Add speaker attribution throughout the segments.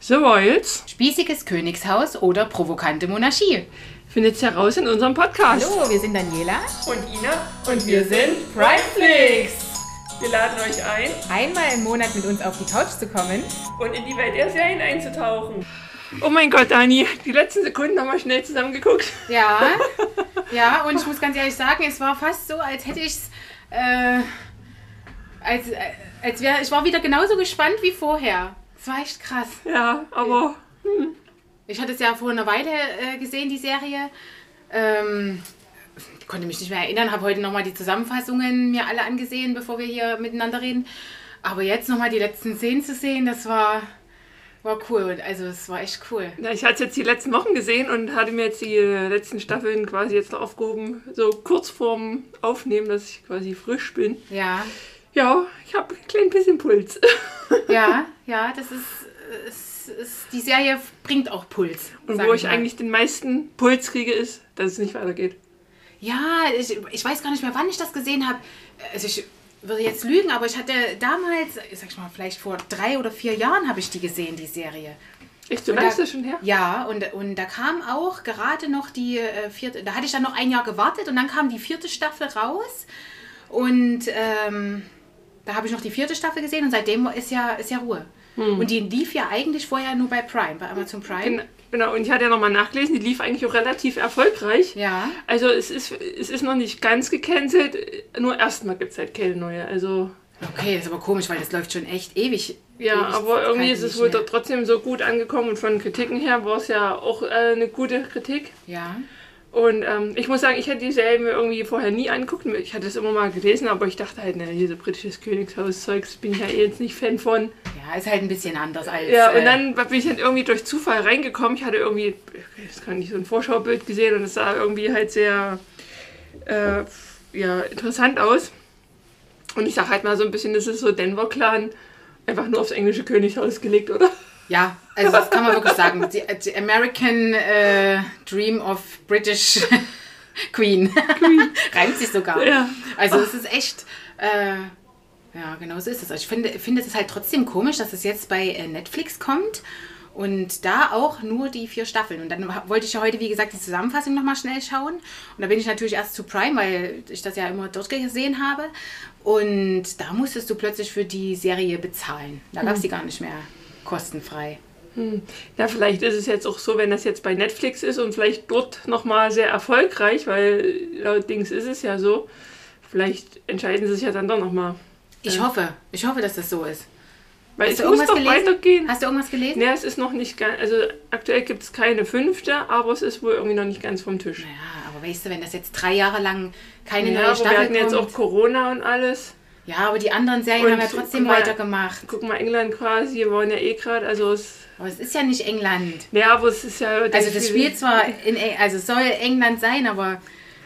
Speaker 1: The Royals
Speaker 2: Spießiges Königshaus oder provokante Monarchie.
Speaker 1: findet's heraus in unserem Podcast.
Speaker 2: Hallo, wir sind Daniela.
Speaker 3: und Ina und wir sind Primeflix. Wir laden euch ein,
Speaker 2: Einmal im Monat mit uns auf die Couch zu kommen.
Speaker 3: und in die Welt der Serien einzutauchen.
Speaker 1: Oh mein Gott, Dani, die letzten Sekunden haben wir schnell zusammengeguckt.
Speaker 2: Ja, ja, und ich muss ganz ehrlich sagen, es war fast so, als hätte ich es. Äh, als äh, als wäre. Ich war wieder genauso gespannt wie vorher. Es war echt krass.
Speaker 1: Ja, aber
Speaker 2: Ich hatte es ja vor einer Weile äh, gesehen, die Serie. Ähm, ich konnte mich nicht mehr erinnern, habe heute nochmal die Zusammenfassungen mir alle angesehen, bevor wir hier miteinander reden. Aber jetzt nochmal die letzten Szenen zu sehen, das war, war cool. Und Also es war echt cool.
Speaker 1: na, ich hatte es jetzt die letzten Wochen gesehen und hatte mir jetzt die äh, letzten Staffeln quasi jetzt noch aufgehoben, so kurz vorm Aufnehmen, dass ich quasi frisch bin.
Speaker 2: Ja,
Speaker 1: Ja, ich habe ein klein bisschen Puls.
Speaker 2: ja, ja, das ist, es ist die Serie bringt auch Puls.
Speaker 1: Und
Speaker 2: sag
Speaker 1: wo ich
Speaker 2: mal.
Speaker 1: eigentlich den meisten Puls kriege, ist, dass es nicht weitergeht.
Speaker 2: Ja, ich, ich weiß gar nicht mehr, wann ich das gesehen habe. Also ich würde jetzt lügen, aber ich hatte damals, ich sag mal, vielleicht vor drei oder vier Jahren habe ich die gesehen, die Serie.
Speaker 1: Echt, so
Speaker 2: Und da-
Speaker 1: lange ist das schon her?
Speaker 2: Ja, und, und da kam auch gerade noch die äh, vierte, da hatte ich dann noch ein Jahr gewartet und dann kam die vierte Staffel raus. Und ähm, da habe ich noch die vierte Staffel gesehen und seitdem ist ja, ist ja Ruhe. Und die lief ja eigentlich vorher nur bei Prime, bei Amazon Prime.
Speaker 1: Gen- Hm. Genau, und ich hatte ja nochmal nachgelesen, die lief eigentlich auch relativ erfolgreich.
Speaker 2: Ja.
Speaker 1: Also es ist, es ist noch nicht ganz gecancelt, nur erstmal gibt es halt keine neue. Also
Speaker 2: Okay, ist aber komisch, weil das läuft schon echt ewig.
Speaker 1: ja,
Speaker 2: ewig
Speaker 1: aber irgendwie
Speaker 2: Zeit
Speaker 1: ist es
Speaker 2: halt nicht
Speaker 1: wohl
Speaker 2: mehr.
Speaker 1: doch trotzdem so gut angekommen und von Kritiken her war es ja auch äh, eine gute Kritik.
Speaker 2: Ja.
Speaker 1: Und ähm, ich muss sagen, ich hätte die Serie mir irgendwie vorher nie angeguckt. Ich hatte es immer mal gelesen, aber ich dachte halt, ne, hier so britisches Königshaus-Zeugs bin ich ja eh jetzt nicht Fan von.
Speaker 2: Ja, ist halt ein bisschen anders als.
Speaker 1: Ja,
Speaker 2: äh,
Speaker 1: und dann bin ich halt irgendwie durch Zufall reingekommen. Ich hatte irgendwie, das kann ich so ein Vorschaubild gesehen und es sah irgendwie halt sehr äh, ja, interessant aus. Und ich sag halt mal so ein bisschen, das ist so Denver Clan, einfach nur aufs englische Königshaus gelegt, oder?
Speaker 2: Ja, also das kann man wirklich sagen. Die, die American äh, Dream of British Queen. Reimt sich sogar.
Speaker 1: Ja.
Speaker 2: Also es ist echt. Äh, ja, genau so ist es. Also Ich finde, finde es ist halt trotzdem komisch, dass es jetzt bei äh, Netflix kommt und da auch nur die vier Staffeln. Und dann ha- wollte ich ja heute, wie gesagt, die Zusammenfassung nochmal schnell schauen. Und da bin ich natürlich erst zu Prime, weil ich das ja immer dort gesehen habe. Und da musstest du plötzlich für die Serie bezahlen. Da gab es die gar nicht mehr kostenfrei.
Speaker 1: Ja, vielleicht ist es jetzt auch so, wenn das jetzt bei Netflix ist und vielleicht dort nochmal sehr erfolgreich, weil laut Dings ist es ja so. Vielleicht entscheiden sie sich ja dann doch nochmal.
Speaker 2: Ich hoffe, ich hoffe, dass das so ist.
Speaker 1: Weil es muss doch weitergehen.
Speaker 2: Hast du irgendwas gelesen?
Speaker 1: Ja, es ist noch nicht ganz, also aktuell gibt es keine fünfte, aber es ist wohl irgendwie noch nicht ganz vom Tisch.
Speaker 2: Ja, aber weißt du, wenn das jetzt drei Jahre lang keine
Speaker 1: Ja,
Speaker 2: neue
Speaker 1: aber wir
Speaker 2: Staffel
Speaker 1: hatten
Speaker 2: kommt.
Speaker 1: jetzt auch Corona und alles.
Speaker 2: ja, aber die anderen Serien
Speaker 1: Und
Speaker 2: haben ja trotzdem
Speaker 1: guck mal-
Speaker 2: weitergemacht.
Speaker 1: Guck mal, England quasi, wir waren ja eh gerade, also es,
Speaker 2: Aber es ist ja nicht England.
Speaker 1: ja, aber es ist ja...
Speaker 2: Also das
Speaker 1: Spiel-
Speaker 2: spielt zwar in Eng- also es soll England sein, aber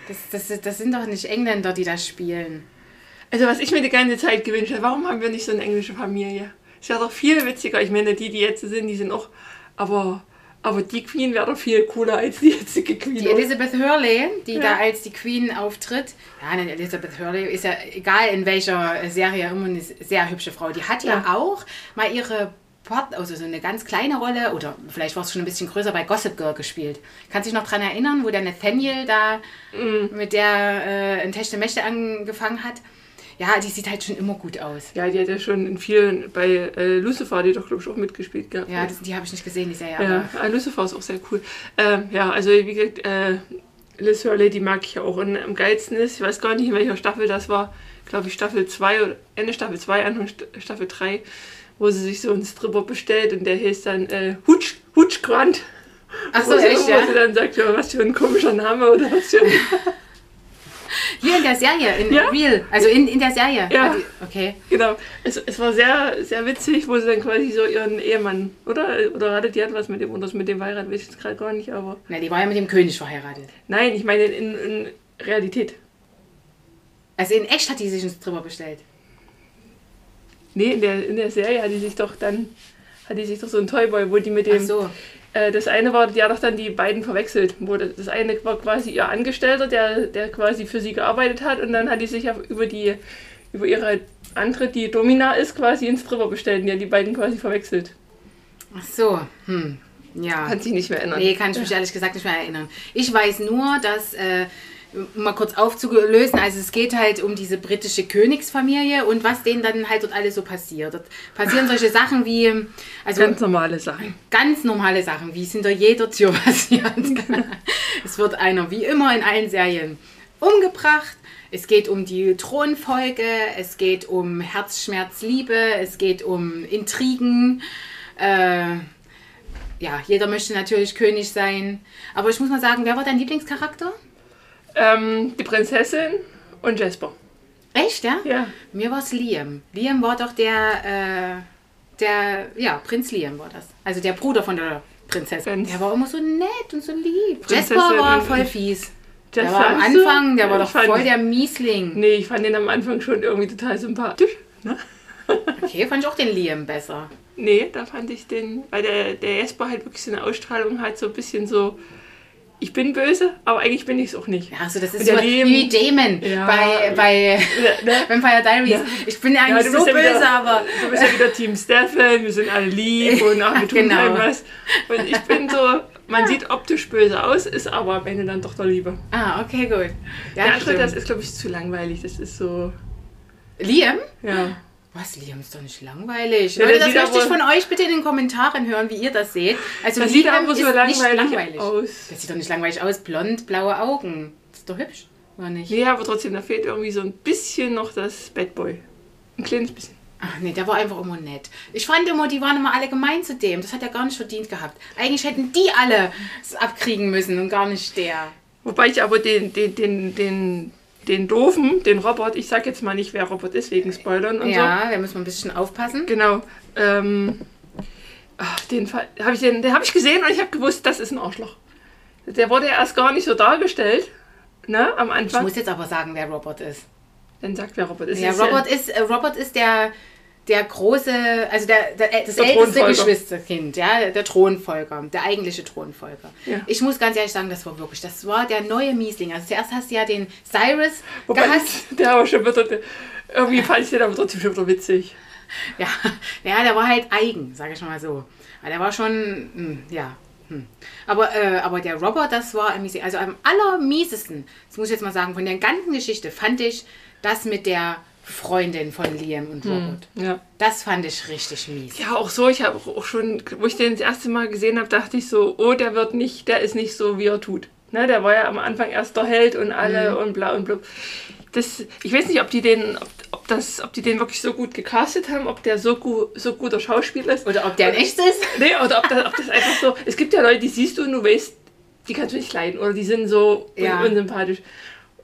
Speaker 2: das, das, das sind doch nicht Engländer, die das spielen.
Speaker 1: Also was ich mir die ganze Zeit gewünscht habe, warum haben wir nicht so eine englische Familie? Es wäre doch viel witziger, ich meine, die, die jetzt sind, die sind auch, aber, aber die Queen wäre doch viel cooler als die jetzige Queen.
Speaker 2: Die Elizabeth Hurley, die
Speaker 1: Ja.
Speaker 2: da als die Queen auftritt. Ja, nein, Elizabeth Hurley ist ja egal in welcher Serie immer eine sehr hübsche Frau. Die hat ja,
Speaker 1: Ja.
Speaker 2: auch mal ihre Part, also so eine ganz kleine Rolle oder vielleicht war es schon ein bisschen größer bei Gossip Girl gespielt. Kannst dich noch dran erinnern, wo der Nathaniel da
Speaker 1: Mhm.
Speaker 2: mit der äh, in Techte Mächte angefangen hat? Ja, die sieht halt schon immer gut aus.
Speaker 1: ja, die hat ja schon in vielen, bei äh, Lucifer hat die doch, glaube ich, auch mitgespielt gehabt.
Speaker 2: Ja, das, die habe ich nicht gesehen, die Serie.
Speaker 1: Ja,
Speaker 2: aber-
Speaker 1: ah, Lucifer ist auch sehr cool. Ähm, ja, also wie gesagt, äh, Liz Hurley, die mag ich ja auch. Und am geilsten ist, ich weiß gar nicht, in welcher Staffel das war, glaube ich, Staffel 2 oder Ende Staffel 2, Anfang St- Staffel 3, wo sie sich so einen Stripper bestellt und der hieß dann äh, Hutsch, Hutsch Grant.
Speaker 2: Ach so,
Speaker 1: wo sie,
Speaker 2: echt,
Speaker 1: wo
Speaker 2: ja.
Speaker 1: sie dann sagt, ja, was für ein komischer Name oder was für ein...
Speaker 2: Hier in der Serie, in
Speaker 1: Ja?
Speaker 2: Real, also in, in der Serie.
Speaker 1: Ja.
Speaker 2: Hat die- Okay.
Speaker 1: genau. Es, es war sehr, sehr witzig, wo sie dann quasi so ihren Ehemann, oder? Oder hatte die hat was mit dem, oder ist mit dem Beirat, weiß ich jetzt gerade gar nicht, aber...
Speaker 2: Na, die war ja mit dem König verheiratet.
Speaker 1: Nein, ich meine in, in Realität.
Speaker 2: Also in echt hat die sich einen Stripper bestellt.
Speaker 1: Nee, in der, in der Serie hat die sich doch dann, hat die sich doch so ein Toyboy, wo die mit
Speaker 2: Ach
Speaker 1: dem,
Speaker 2: so.
Speaker 1: äh, das eine war, die hat doch dann die beiden verwechselt. Wo das das eine war quasi ihr Angestellter, der, der quasi für sie gearbeitet hat und dann hat die sich auf, über die, über ihre andere, die Domina ist, quasi ins Stripper bestellt und die hat die beiden quasi verwechselt.
Speaker 2: Ach so, hm. Ja.
Speaker 1: Kann sich nicht mehr ändern.
Speaker 2: Nee, kann ich mich ehrlich gesagt nicht mehr erinnern. Ich weiß nur, dass, äh, um mal kurz aufzulösen, also es geht halt um diese britische Königsfamilie und was denen dann halt dort alles so passiert. Dort passieren solche Sachen wie, also
Speaker 1: Ganz normale Sachen.
Speaker 2: ganz normale Sachen, wie es hinter jeder Tür passiert. es wird einer, wie immer in allen Serien, umgebracht. Es geht um die Thronfolge, es geht um Herzschmerz, Liebe, es geht um Intrigen. Äh, ja, jeder möchte natürlich König sein. Aber ich muss mal sagen, wer war dein Lieblingscharakter?
Speaker 1: Ähm, die Prinzessin und Jasper.
Speaker 2: Echt, ja?
Speaker 1: Ja.
Speaker 2: Mir war es Liam. Liam war doch der, äh, der, ja, Prinz Liam war das. Also der Bruder von der Prinzessin.
Speaker 1: Prinz.
Speaker 2: Der war immer so nett und so lieb.
Speaker 1: Prinzessin
Speaker 2: Jasper war
Speaker 1: und-
Speaker 2: voll fies. Der
Speaker 1: Jasper,
Speaker 2: war am
Speaker 1: also,
Speaker 2: Anfang, der war
Speaker 1: ich
Speaker 2: doch
Speaker 1: fand-
Speaker 2: voll der Miesling.
Speaker 1: Nee, ich fand den am Anfang schon irgendwie total sympathisch. Ne?
Speaker 2: Okay, fand ich auch den Liam besser.
Speaker 1: Nee, da fand ich den, weil der, der Jasper halt wirklich so eine Ausstrahlung hat, so ein bisschen so, ich bin böse, aber eigentlich bin ich es auch nicht.
Speaker 2: Ja, also das ist
Speaker 1: der
Speaker 2: so
Speaker 1: Liam-
Speaker 2: wie Damon
Speaker 1: Ja.
Speaker 2: bei, bei
Speaker 1: Ne?
Speaker 2: Vampire Diaries. Ich bin
Speaker 1: Ja,
Speaker 2: eigentlich
Speaker 1: du
Speaker 2: so
Speaker 1: bist ja
Speaker 2: böse,
Speaker 1: wieder-
Speaker 2: aber
Speaker 1: Du bist ja wieder Team Stefan, wir sind alle lieb und ach, wir tun
Speaker 2: Genau.
Speaker 1: halt was. Und ich bin so, man sieht optisch böse aus, ist aber am Ende dann doch der Liebe.
Speaker 2: Ah, okay, gut.
Speaker 1: der
Speaker 2: Ja,
Speaker 1: andere, das
Speaker 2: stimmt.
Speaker 1: ist, glaube ich, zu langweilig. Das ist so,
Speaker 2: Liam?
Speaker 1: ja.
Speaker 2: Was, Liam ist doch nicht langweilig.
Speaker 1: Ja,
Speaker 2: Leute,
Speaker 1: der
Speaker 2: das
Speaker 1: sieht
Speaker 2: möchte ich
Speaker 1: aber-
Speaker 2: von euch bitte in den Kommentaren hören, wie ihr das seht. Also
Speaker 1: Das sieht
Speaker 2: Liam
Speaker 1: aber so
Speaker 2: ist
Speaker 1: langweilig,
Speaker 2: nicht langweilig.
Speaker 1: aus.
Speaker 2: Das sieht doch nicht langweilig aus. Blond, blaue Augen. Das ist doch hübsch, oder nicht?
Speaker 1: Nee, aber trotzdem, da fehlt irgendwie so ein bisschen noch das Bad Boy. Ein kleines bisschen.
Speaker 2: Ach nee, der war einfach immer nett. Ich fand immer, die waren immer alle gemein zu dem. Das hat er gar nicht verdient gehabt. Eigentlich hätten die alle es abkriegen müssen und gar nicht der.
Speaker 1: Wobei ich aber den, den, den, den, den doofen, den Robert, ich sag jetzt mal nicht, wer Robert ist, wegen Spoilern und so.
Speaker 2: ja, da müssen wir ein bisschen aufpassen.
Speaker 1: Genau. Ähm, ach, den habe ich, den, den hab ich gesehen und ich habe gewusst, das ist ein Arschloch. Der wurde ja erst gar nicht so dargestellt, ne, am
Speaker 2: Ich
Speaker 1: Anfang.
Speaker 2: muss jetzt aber sagen, wer Robert ist.
Speaker 1: Dann sagt wer Robert ist.
Speaker 2: Ja,
Speaker 1: ist
Speaker 2: Robert ist, äh, Robert ist der, der große, also der, der, äh, das
Speaker 1: der
Speaker 2: älteste
Speaker 1: Thronfolger.
Speaker 2: Geschwisterkind, ja, der Thronfolger, der eigentliche Thronfolger.
Speaker 1: Ja.
Speaker 2: Ich muss ganz ehrlich sagen, das war wirklich, das war der neue Miesling. Also zuerst hast du ja den Cyrus
Speaker 1: Wobei,
Speaker 2: gehasst.
Speaker 1: Der war schon wieder, der, irgendwie fand ich den aber trotzdem schon wieder witzig.
Speaker 2: Ja, ja, der war halt eigen, sage ich mal so. Aber der war schon, hm, ja. hm. Aber, äh, aber der Robert, das war ein Miesling. Also am allermiesesten, das muss ich jetzt mal sagen, von der ganzen Geschichte fand ich das mit der Freundin von Liam und
Speaker 1: Hm.
Speaker 2: Robert.
Speaker 1: Ja.
Speaker 2: Das fand ich richtig mies.
Speaker 1: Ja, auch so. Ich habe auch schon, wo ich den das erste Mal gesehen habe, dachte ich so, oh, der wird nicht, der ist nicht so, wie er tut. Ne, der war ja am Anfang erst der Held und alle
Speaker 2: Mhm.
Speaker 1: und bla und blub. Das, ich weiß nicht, ob die den, ob, ob das, ob die den wirklich so gut gecastet haben, ob der so, gu, so guter Schauspieler ist.
Speaker 2: Oder ob der ein echtes ist?
Speaker 1: Nee, oder ob das, ob das einfach so. Es gibt ja Leute, die siehst du und du weißt, die kannst du nicht leiden oder die sind so un
Speaker 2: Ja.
Speaker 1: unsympathisch.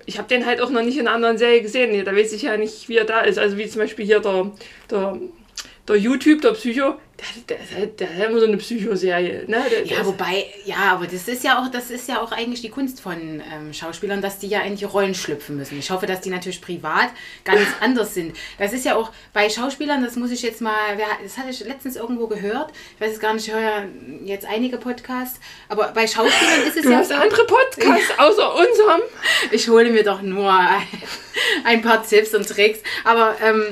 Speaker 1: Ich habe den halt auch noch nicht in einer anderen Serie gesehen. Da weiß ich ja nicht, wie er da ist. Also wie zum Beispiel hier der, der, der YouTube, der Psycho, der, der, ist halt- der hat immer so eine Psycho-Serie. Ne? Der,
Speaker 2: Ja,
Speaker 1: der-
Speaker 2: wobei, ja, aber das ist ja auch, das ist ja auch eigentlich die Kunst von ähm, Schauspielern, dass die ja in die Rollen schlüpfen müssen. Ich hoffe, dass die natürlich privat ganz anders sind. Das ist ja auch bei Schauspielern, das muss ich jetzt mal, wer- das hatte ich letztens irgendwo gehört. Ich weiß es gar nicht, ich höre ja jetzt einige Podcasts, aber bei Schauspielern ist es
Speaker 1: du
Speaker 2: ja.
Speaker 1: hast andere Podcasts außer unserem.
Speaker 2: Ich hole mir doch nur ein paar Tipps und Tricks. Aber ähm,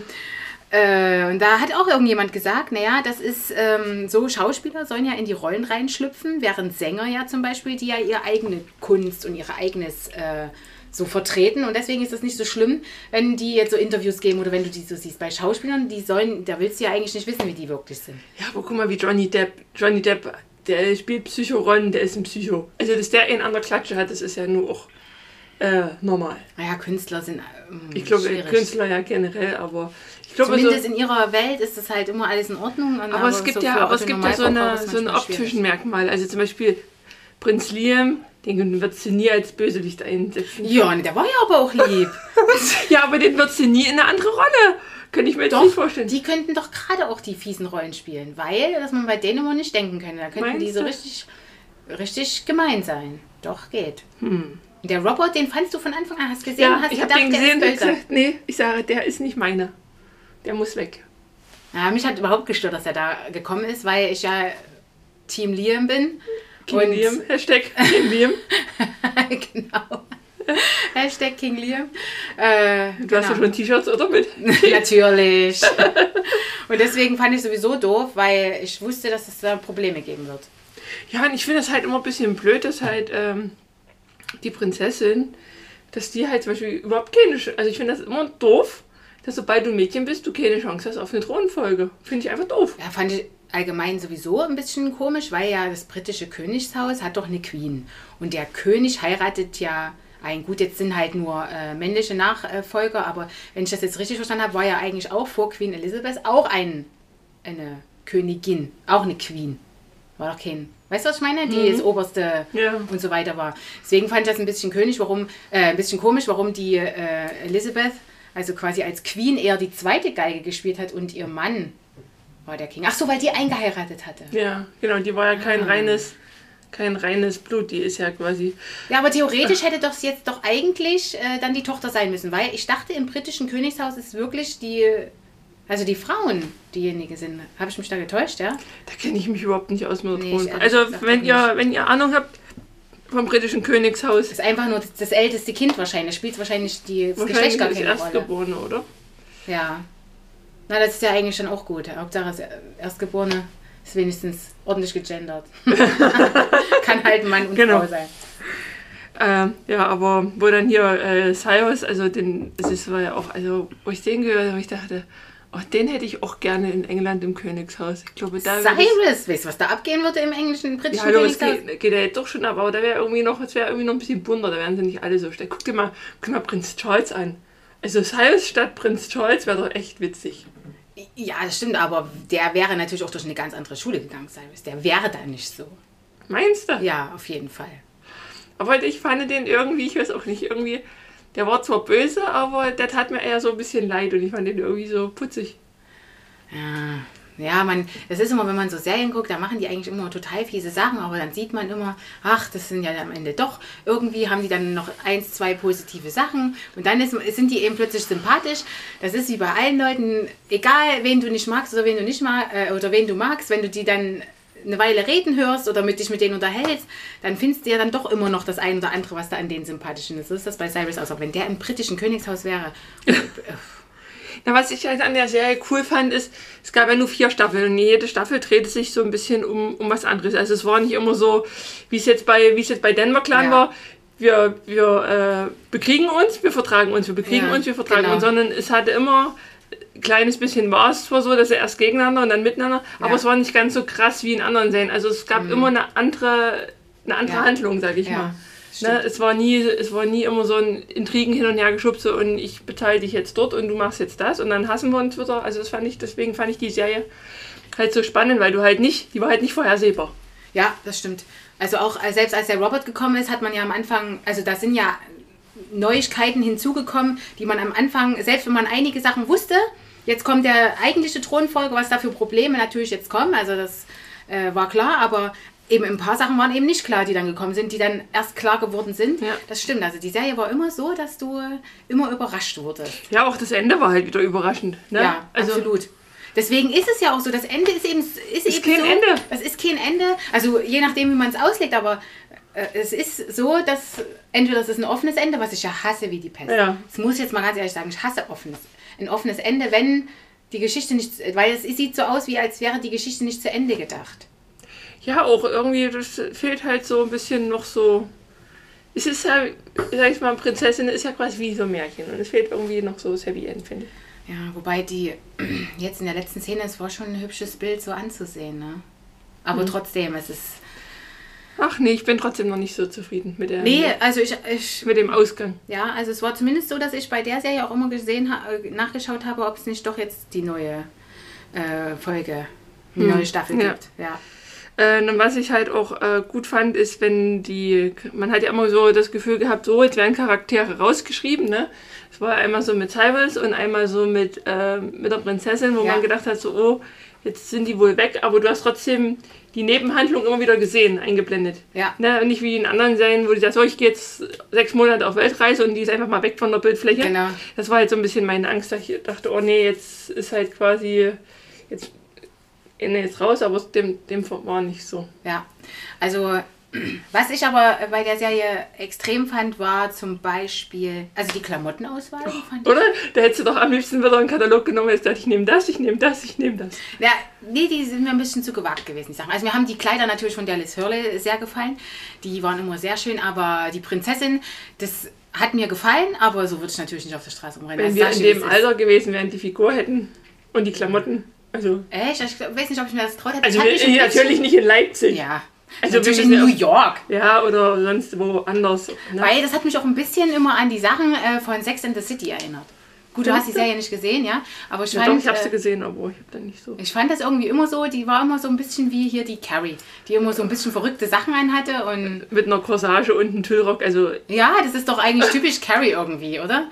Speaker 2: äh, und da hat auch irgendjemand gesagt, naja, das ist ähm, so, Schauspieler sollen ja in die Rollen reinschlüpfen, während Sänger ja zum Beispiel, die ja ihre eigene Kunst und ihr eigenes äh, so vertreten. Und deswegen ist das nicht so schlimm, wenn die jetzt so Interviews geben oder wenn du die so siehst. Bei Schauspielern, die sollen, da willst du ja eigentlich nicht wissen, wie die wirklich sind.
Speaker 1: Ja, aber guck mal, wie Johnny Depp. Johnny Depp, der spielt Psycho-Rollen, der ist ein Psycho. Also, dass der einen an der Klatsche hat, das ist ja nur auch äh, normal.
Speaker 2: Naja, Künstler sind ähm,
Speaker 1: Ich glaube,
Speaker 2: schwierig.
Speaker 1: Künstler ja generell, aber ich glaube, so,
Speaker 2: Zumindest in ihrer Welt ist das halt immer alles in Ordnung. und
Speaker 1: aber es gibt
Speaker 2: so
Speaker 1: ja,
Speaker 2: für
Speaker 1: aber es gibt ja so
Speaker 2: Autonormalverbraucher
Speaker 1: eine,
Speaker 2: ist
Speaker 1: so eine
Speaker 2: manchmal schwierig.
Speaker 1: optischen Merkmale. Also zum Beispiel Prinz Liam, den würdest du nie als Bösewicht einsetzen.
Speaker 2: Ja, nee, der war ja aber auch lieb.
Speaker 1: Ja, aber den würdest du nie in eine andere Rolle. Könnte ich mir jetzt nicht vorstellen.
Speaker 2: die könnten doch gerade auch die fiesen Rollen spielen, weil dass man bei denen immer nicht denken könnte. Da könnten
Speaker 1: Meinst
Speaker 2: die so
Speaker 1: du?
Speaker 2: richtig, richtig gemein sein. Doch, geht. Und Der Robert, den fandst du von Anfang an, hast gesehen,
Speaker 1: ja,
Speaker 2: hast
Speaker 1: ich habe
Speaker 2: gedacht,
Speaker 1: den gesehen und
Speaker 2: der
Speaker 1: hab
Speaker 2: ist böse.
Speaker 1: gesagt, nee, ich sage, der ist nicht meiner. Der muss weg.
Speaker 2: Ja, mich hat überhaupt gestört, dass er da gekommen ist, weil ich ja Team Liam bin.
Speaker 1: Team Liam, Hashtag Team Liam.
Speaker 2: genau. Hashtag King Lear. Äh,
Speaker 1: Du hast ja schon T-Shirts, oder? Mit?
Speaker 2: Natürlich. Und deswegen fand ich sowieso doof, weil ich wusste, dass es da Probleme geben wird.
Speaker 1: Ja, und ich finde es halt immer ein bisschen blöd, dass halt ähm, die Prinzessin, dass die halt zum Beispiel überhaupt keine Sch Also ich finde das immer doof, dass sobald du ein Mädchen bist, du keine Chance hast auf eine Thronfolge. Finde ich einfach doof.
Speaker 2: Ja, fand ich allgemein sowieso ein bisschen komisch, weil ja das britische Königshaus hat doch eine Queen. Und der König heiratet ja ein. Gut, jetzt sind halt nur äh, männliche Nachfolger, aber wenn ich das jetzt richtig verstanden habe, war ja eigentlich auch vor Queen Elizabeth auch ein, eine Königin, auch eine Queen. War doch kein. Weißt du, was ich meine? Die das oberste
Speaker 1: Ja.
Speaker 2: und so weiter war. Deswegen fand ich das ein bisschen König, warum, äh, ein bisschen komisch, warum die äh, Elizabeth, also quasi als Queen, eher die zweite Geige gespielt hat und ihr Mann war der King. Ach so, weil die eingeheiratet hatte.
Speaker 1: Ja, genau. Die war ja kein reines, kein reines Blut. Die ist ja quasi.
Speaker 2: Ja, aber theoretisch hätte doch jetzt doch eigentlich äh, dann die Tochter sein müssen, weil ich dachte, im britischen Königshaus ist wirklich die, also die Frauen diejenigen sind. Habe ich mich da getäuscht, ja?
Speaker 1: Da kenne ich mich überhaupt nicht aus mit
Speaker 2: Nee,
Speaker 1: nee,
Speaker 2: ich
Speaker 1: Thron.
Speaker 2: ehrlich
Speaker 1: Also
Speaker 2: gesagt auch
Speaker 1: wenn ihr, wenn ihr Ahnung habt vom britischen Königshaus,
Speaker 2: Das ist einfach nur das, das älteste Kind wahrscheinlich. Spielt wahrscheinlich die, das
Speaker 1: wahrscheinlich
Speaker 2: Geschlecht gar
Speaker 1: das
Speaker 2: keine Rolle.
Speaker 1: Erstgeborene, oder?
Speaker 2: Ja. Na, das ist ja eigentlich schon auch gut. Hauptsache, das Erstgeborene ist wenigstens ordentlich gegendert. Kann halt Mann und
Speaker 1: Genau.
Speaker 2: Frau sein.
Speaker 1: Ähm, ja, aber wo dann hier äh, Cyrus, also den, es ist- war ja auch, also wo ich den gehört habe, ich dachte, oh, den hätte ich auch gerne in England im Königshaus. Ich glaube, da wäre das-
Speaker 2: Cyrus, weißt du, was da abgehen würde im englischen,
Speaker 1: ja,
Speaker 2: britischen
Speaker 1: hallo, es
Speaker 2: Königshaus?
Speaker 1: geht, geht ja jetzt doch schon ab, aber da wäre irgendwie noch, es wäre irgendwie noch ein bisschen bunter, da wären sie nicht alle so schlecht. Guck dir mal, guck dir mal Prinz Charles an. Also Cyrus statt Prinz Charles wäre doch echt witzig.
Speaker 2: Ja, das stimmt, aber der wäre natürlich auch durch eine ganz andere Schule gegangen, Cyrus. Der wäre da nicht so.
Speaker 1: Meinst du?
Speaker 2: Ja, auf jeden Fall.
Speaker 1: Aber ich fand den irgendwie, ich weiß auch nicht, irgendwie, der war zwar böse, aber der tat mir eher so ein bisschen leid und ich fand den irgendwie so putzig.
Speaker 2: Ja. Ja, man, das ist immer, wenn man so Serien guckt, da machen die eigentlich immer total fiese Sachen, aber dann sieht man immer, ach, das sind ja am Ende doch, irgendwie haben die dann noch eins, zwei positive Sachen und dann ist, sind die eben plötzlich sympathisch. Das ist wie bei allen Leuten, egal wen du nicht magst oder wen du nicht mag, äh, oder wen du magst, wenn du die dann eine Weile reden hörst oder mit dich mit denen unterhältst, dann findest du ja dann doch immer noch das ein oder andere, was da an denen sympathischen ist. So ist das bei Cyrus auch. so. Wenn der im britischen Königshaus wäre,
Speaker 1: Na, was ich halt an der Serie cool fand, ist, es gab ja nur vier Staffeln und jede Staffel drehte sich so ein bisschen um, um was anderes. Also es war nicht immer so, wie es jetzt bei, wie es jetzt bei Denver Clan
Speaker 2: Ja.
Speaker 1: war, wir, wir äh, bekriegen uns, wir vertragen uns, wir bekriegen
Speaker 2: Ja,
Speaker 1: uns, wir vertragen
Speaker 2: genau.
Speaker 1: uns, sondern es hatte immer ein kleines bisschen war es zwar so, dass er erst gegeneinander und dann miteinander, aber
Speaker 2: Ja. Mhm.
Speaker 1: es war nicht ganz so krass wie in anderen Serien. Also es gab immer eine andere, eine andere
Speaker 2: Ja.
Speaker 1: Handlung, sag ich
Speaker 2: Ja,
Speaker 1: mal.
Speaker 2: stimmt.
Speaker 1: Ne, es, war nie, es war nie immer so ein Intrigen hin und her geschubse und ich beteile dich jetzt dort und du machst jetzt das und dann hassen wir uns wieder. Also das fand ich, deswegen fand ich die Serie halt so spannend, weil du halt nicht, die war halt nicht vorhersehbar.
Speaker 2: Ja, das stimmt. Also auch äh, selbst als der Robert gekommen ist, hat man ja am Anfang, also da sind ja Neuigkeiten hinzugekommen, die man am Anfang, selbst wenn man einige Sachen wusste, jetzt kommt der eigentliche Thronfolger, was da für Probleme natürlich jetzt kommen, also das äh, war klar, aber eben ein paar Sachen waren eben nicht klar, die dann gekommen sind, die dann erst klar geworden sind.
Speaker 1: Ja.
Speaker 2: Das stimmt, also die Serie war immer so, dass du äh, immer überrascht wurdest.
Speaker 1: Ja, auch das Ende war halt wieder überraschend. Ne?
Speaker 2: Ja,
Speaker 1: also,
Speaker 2: absolut. Deswegen ist es ja auch so, das Ende ist eben, ist eben
Speaker 1: kein
Speaker 2: so,
Speaker 1: Ende.
Speaker 2: Das ist kein Ende. Also je nachdem, wie man es auslegt, aber äh, es ist so, dass entweder das ist ein offenes Ende, was ich ja hasse wie die Pest.
Speaker 1: Ja.
Speaker 2: Das muss ich jetzt mal ganz ehrlich sagen, ich hasse offenes, ein offenes Ende, wenn die Geschichte nicht, weil es sieht so aus, wie als wäre die Geschichte nicht zu Ende gedacht.
Speaker 1: Ja, auch irgendwie, das fehlt halt so ein bisschen noch so. Es ist ja, sag ich mal, Prinzessin ist ja quasi wie so ein Märchen und es fehlt irgendwie noch so das Happy End, finde ich.
Speaker 2: Ja, wobei die jetzt in der letzten Szene, es war schon ein hübsches Bild so anzusehen, ne?
Speaker 1: Mhm.
Speaker 2: Aber trotzdem, es ist.
Speaker 1: Ach nee, ich bin trotzdem noch nicht so zufrieden mit der
Speaker 2: Nee, also ich, ich
Speaker 1: mit dem Ausgang.
Speaker 2: Ja, also es war zumindest so, dass ich bei der Serie auch immer gesehen ha äh, nachgeschaut habe, ob es nicht doch jetzt die neue äh, Folge, die neue Staffel
Speaker 1: Hm. Ja.
Speaker 2: gibt. Ja.
Speaker 1: Äh, und was ich halt auch äh, gut fand, ist, wenn die, man hat ja immer so das Gefühl gehabt, so, jetzt werden Charaktere rausgeschrieben, ne? Es war einmal so mit Cyrus und einmal so mit, äh, mit der Prinzessin, wo
Speaker 2: Ja.
Speaker 1: man gedacht hat, so, oh, jetzt sind die wohl weg, aber du hast trotzdem die Nebenhandlung immer wieder gesehen, eingeblendet.
Speaker 2: Ja.
Speaker 1: Ne? Und nicht wie in anderen Serien, wo die sagt, so, ich gehe jetzt sechs Monate auf Weltreise und die ist einfach mal weg von der Bildfläche.
Speaker 2: Genau.
Speaker 1: Das war halt so ein bisschen meine Angst, dass ich dachte, oh nee, jetzt ist halt quasi, jetzt, nee, jetzt raus, aber dem, dem war nicht so.
Speaker 2: Ja, also Was ich aber bei der Serie extrem fand, war zum Beispiel, also die Klamottenauswahl fand ich.
Speaker 1: Oder? Da hättest du doch am liebsten wieder einen Katalog genommen, jetzt dachte ich, nehme das, ich nehme das, ich nehme das.
Speaker 2: Ja, nee, die sind mir ein bisschen zu gewagt gewesen, die Sachen. Also mir haben die Kleider natürlich von der Liz Hurley sehr gefallen. Die waren immer sehr schön, aber die Prinzessin, das hat mir gefallen, aber so würde ich natürlich nicht auf der Straße umrennen.
Speaker 1: Wenn
Speaker 2: Das
Speaker 1: wir
Speaker 2: sah
Speaker 1: in
Speaker 2: schön,
Speaker 1: dem
Speaker 2: das ist-
Speaker 1: Alter gewesen wären, die Figur hätten und die Klamotten. Also,
Speaker 2: Echt? Ich glaub- weiß nicht, ob ich mir das traut hätte.
Speaker 1: also
Speaker 2: Das hat mich ein
Speaker 1: wir, natürlich nicht in Leipzig.
Speaker 2: Bisschen, ja.
Speaker 1: Also
Speaker 2: Also natürlich
Speaker 1: wir
Speaker 2: in
Speaker 1: müssen
Speaker 2: New
Speaker 1: ja-
Speaker 2: York.
Speaker 1: Ja, oder sonst wo anders. Ne?
Speaker 2: Weil das hat mich auch ein bisschen immer an die Sachen äh, von Sex and the City erinnert. Gut, du hast die Serie nicht gesehen, ja? Aber ich
Speaker 1: Ja, doch,
Speaker 2: fand,
Speaker 1: ich habe
Speaker 2: äh,
Speaker 1: sie gesehen, aber ich habe da nicht so.
Speaker 2: ich fand das irgendwie immer so, die war immer so ein bisschen wie hier die Carrie, die immer so ein bisschen verrückte Sachen anhatte und
Speaker 1: Mit einer Corsage und einem Tüllrock, also
Speaker 2: ja, das ist doch eigentlich typisch Carrie irgendwie, oder?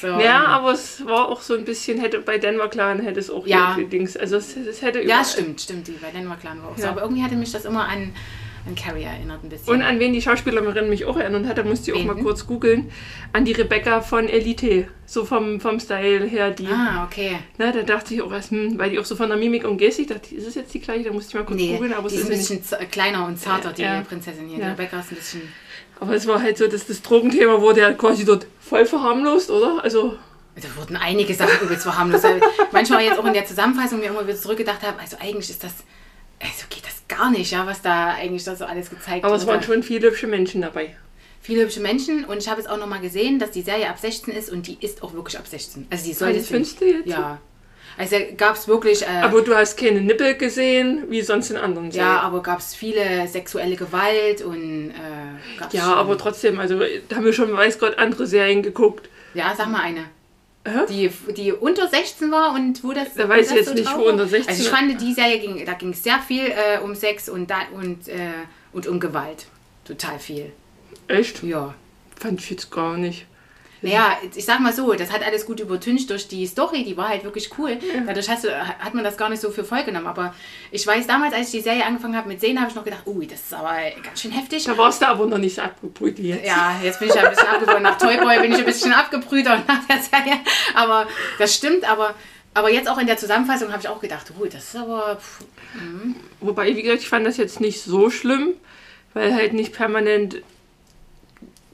Speaker 2: So. ähm,
Speaker 1: Ja, aber es war auch so ein bisschen, hätte bei Denver Clan hätte es auch
Speaker 2: Ja.
Speaker 1: die Dings. Also es, es hätte
Speaker 2: ja,
Speaker 1: überall-
Speaker 2: stimmt, stimmt, die bei Denver Clan war auch so.
Speaker 1: Ja.
Speaker 2: Aber irgendwie hatte mich das immer an, an Carrie erinnert ein bisschen.
Speaker 1: Und an wen die Schauspielerin mich auch erinnert hat, da musste ich auch
Speaker 2: Wen? ne?
Speaker 1: mal kurz googeln, an die Rebecca von Elite. So vom, vom Style her, die.
Speaker 2: ah, okay.
Speaker 1: Na, da dachte ich auch erst, hm, weil die auch so von der Mimik und Gestik, dachte ich, ist es jetzt die gleiche? Da musste ich mal kurz
Speaker 2: Nee,
Speaker 1: googeln, aber es
Speaker 2: die ist
Speaker 1: ist
Speaker 2: ein
Speaker 1: sie nicht.
Speaker 2: bisschen z- kleiner und zarter, die
Speaker 1: Ja.
Speaker 2: Prinzessin hier.
Speaker 1: Ja.
Speaker 2: Der Becker ist ein bisschen...
Speaker 1: Aber es war halt so, dass das Drogenthema wurde ja quasi dort voll verharmlost, oder? Also,
Speaker 2: Da wurden einige Sachen übelst verharmlost. Manchmal jetzt auch in der Zusammenfassung mir immer wieder zurückgedacht habe, also eigentlich ist das, also geht das gar nicht, ja, was da eigentlich da so alles gezeigt
Speaker 1: aber es
Speaker 2: wurde.
Speaker 1: waren schon viele hübsche Menschen dabei.
Speaker 2: Viele hübsche Menschen und ich habe jetzt auch nochmal gesehen, dass die Serie ab 16 ist und die ist auch wirklich ab 16. Also die sollte
Speaker 1: das findest du jetzt?
Speaker 2: Ja. Also gab es wirklich, äh,
Speaker 1: Aber du hast keine Nippel gesehen, wie sonst in anderen
Speaker 2: ja, aber gab es viele sexuelle Gewalt und äh, gab's
Speaker 1: Ja,
Speaker 2: schon-
Speaker 1: aber trotzdem, also da haben wir schon, weiß Gott, andere Serien geguckt.
Speaker 2: Ja, sag mal eine.
Speaker 1: Hä?
Speaker 2: Die, die unter 16 war und wo das.
Speaker 1: Da weiß
Speaker 2: wo
Speaker 1: ich
Speaker 2: das
Speaker 1: jetzt nicht,
Speaker 2: drauf
Speaker 1: wo
Speaker 2: war.
Speaker 1: unter 16
Speaker 2: Also, ich fand, die Serie ging, da ging es sehr viel äh, um Sex und, da, und, äh, und um Gewalt. Total viel.
Speaker 1: Echt?
Speaker 2: Ja.
Speaker 1: Fand ich jetzt gar nicht.
Speaker 2: Naja, ich sag mal so, das hat alles gut übertüncht durch die Story, die war halt wirklich cool. Dadurch hast du, hat man das gar nicht so für voll genommen. Aber ich weiß, damals, als ich die Serie angefangen habe mit Sehen, habe ich noch gedacht, ui, das ist aber ganz schön heftig.
Speaker 1: Da warst du aber noch nicht so abgebrüht wie jetzt.
Speaker 2: Ja, jetzt bin ich ja ein bisschen abgebrüht. Nach Toy Boy bin ich ein bisschen abgebrüht und nach der Serie. Aber das stimmt, aber, aber jetzt auch in der Zusammenfassung habe ich auch gedacht, oh, das ist aber. Pff,
Speaker 1: Wobei, wie gesagt, ich fand das jetzt nicht so schlimm, weil halt nicht permanent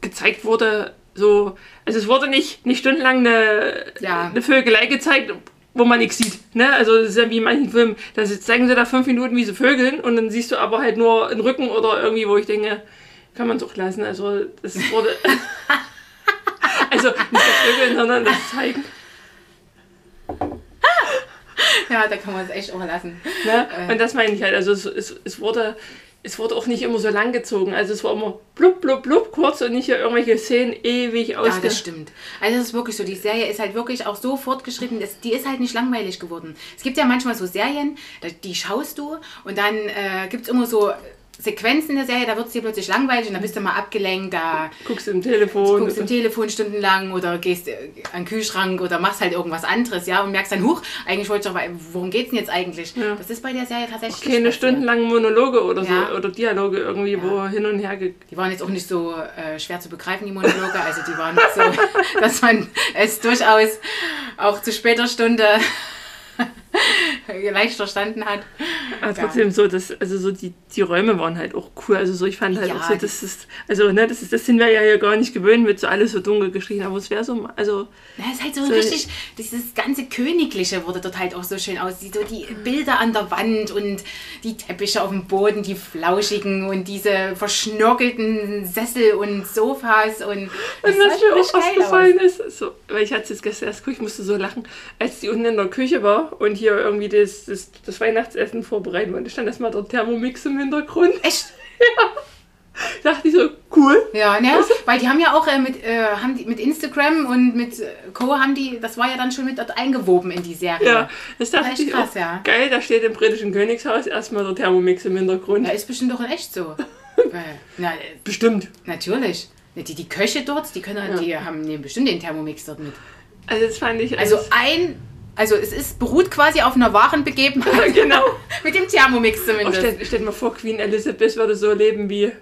Speaker 1: gezeigt wurde, so. Also es wurde nicht, nicht stundenlang eine,
Speaker 2: Ja.
Speaker 1: eine Vögelei gezeigt, wo man nichts sieht. Ne? Also das ist ja wie in manchen Filmen. Da zeigen sie da fünf Minuten, wie sie vögeln und dann siehst du aber halt nur einen Rücken oder irgendwie, wo ich denke, kann man es auch lassen. Also das wurde. also nicht das Vögeln, sondern das Zeigen.
Speaker 2: ja, da kann man es echt auch lassen.
Speaker 1: Ne? Und das meine ich halt. Also es, es, es, wurde, es wurde auch nicht immer so lang gezogen. Also es war immer blub, blub, blub, kurz und nicht hier irgendwelche Szenen ewig
Speaker 2: Ja,
Speaker 1: ausge...
Speaker 2: das stimmt. Also das ist wirklich so. Die Serie ist halt wirklich auch so fortgeschritten, dass die ist halt nicht langweilig geworden. Es gibt ja manchmal so Serien, da- die schaust du und dann äh, gibt es immer so Sequenzen in der Serie, da wird es dir plötzlich langweilig und dann bist du mal abgelenkt, da
Speaker 1: Guckst im Telefon.
Speaker 2: guckst im Telefon stundenlang oder gehst äh, an den Kühlschrank oder machst halt irgendwas anderes, ja, und merkst dann, huch, eigentlich wollte ich doch, worum geht's denn jetzt eigentlich? Das ist bei der Serie tatsächlich. nicht
Speaker 1: keine
Speaker 2: passiert.
Speaker 1: stundenlangen Monologe oder
Speaker 2: Ja.
Speaker 1: so oder Dialoge irgendwie, wo hin und her ge
Speaker 2: Die waren jetzt auch nicht so äh, schwer zu begreifen, die Monologe, also die waren nicht so, dass man es durchaus auch zu später Stunde leicht verstanden hat.
Speaker 1: Aber trotzdem so, dass, also so die, die Räume waren halt auch cool. Also so, ich fand halt
Speaker 2: Ja,
Speaker 1: auch so, das ist, also ne, das ist, das sind wir ja hier gar nicht gewöhnt, wird so alles so dunkel geschrien, aber es wäre so, also
Speaker 2: Ja, es ist halt so,
Speaker 1: So-
Speaker 2: richtig, dieses ganze Königliche wurde dort halt auch so schön aus. Die, so die Bilder an der Wand und die Teppiche auf dem Boden, die flauschigen und diese verschnörkelten Sessel und Sofas und. Das
Speaker 1: Und was
Speaker 2: sah
Speaker 1: mir auch
Speaker 2: richtig geil aus.
Speaker 1: aufgefallen ist, so, weil ich hatte es jetzt gestern erst geguckt, ich musste so lachen, als die unten in der Küche war und hier irgendwie das, das, das Weihnachtsessen vorbereiten wollte, stand erstmal der Thermomix im Hintergrund.
Speaker 2: Echt?
Speaker 1: Dachte ich so, cool.
Speaker 2: Ja, ne? Weil die haben ja auch äh, mit, äh, haben die, mit Instagram und mit äh, Co. haben die, das war ja dann schon mit dort eingewoben in die Serie.
Speaker 1: Ja, das dachte
Speaker 2: Echt
Speaker 1: ich
Speaker 2: krass,
Speaker 1: auch.
Speaker 2: ja.
Speaker 1: Geil, da steht im britischen Königshaus erstmal der Thermomix im Hintergrund.
Speaker 2: Ja, ist bestimmt doch in echt so. äh, na, äh,
Speaker 1: Bestimmt.
Speaker 2: natürlich. Ne, Die, die Köche dort, die können, die haben nehmen bestimmt den Thermomix dort mit.
Speaker 1: Also das fand ich...
Speaker 2: Also ein, also es ist beruht quasi auf einer wahren Begebenheit.
Speaker 1: genau.
Speaker 2: Mit dem Thermomix
Speaker 1: Oh,
Speaker 2: zumindest.
Speaker 1: stell, stell dir mal vor, Queen Elizabeth würde so leben wie...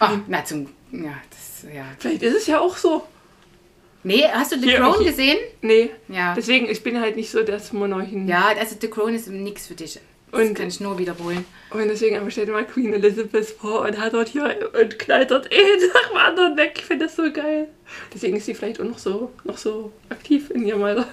Speaker 2: Ach, Ah, na zum, ja, das, ja.
Speaker 1: Vielleicht ist es ja auch so.
Speaker 2: Nee, hast du The
Speaker 1: Hier,
Speaker 2: Crown
Speaker 1: hier.
Speaker 2: gesehen?
Speaker 1: Nee.
Speaker 2: Ja.
Speaker 1: Deswegen, ich bin halt nicht so das Monarchen.
Speaker 2: Ja, also The Crown ist nix für dich. Das
Speaker 1: Und,
Speaker 2: kann ich nur wiederholen.
Speaker 1: Oh, und deswegen stellt mal Queen Elizabeth vor und hat dort hier und knallt dort eh nach dem anderen weg. Ich finde das so geil. Deswegen ist sie vielleicht auch noch so, noch so aktiv in ihrem Alter.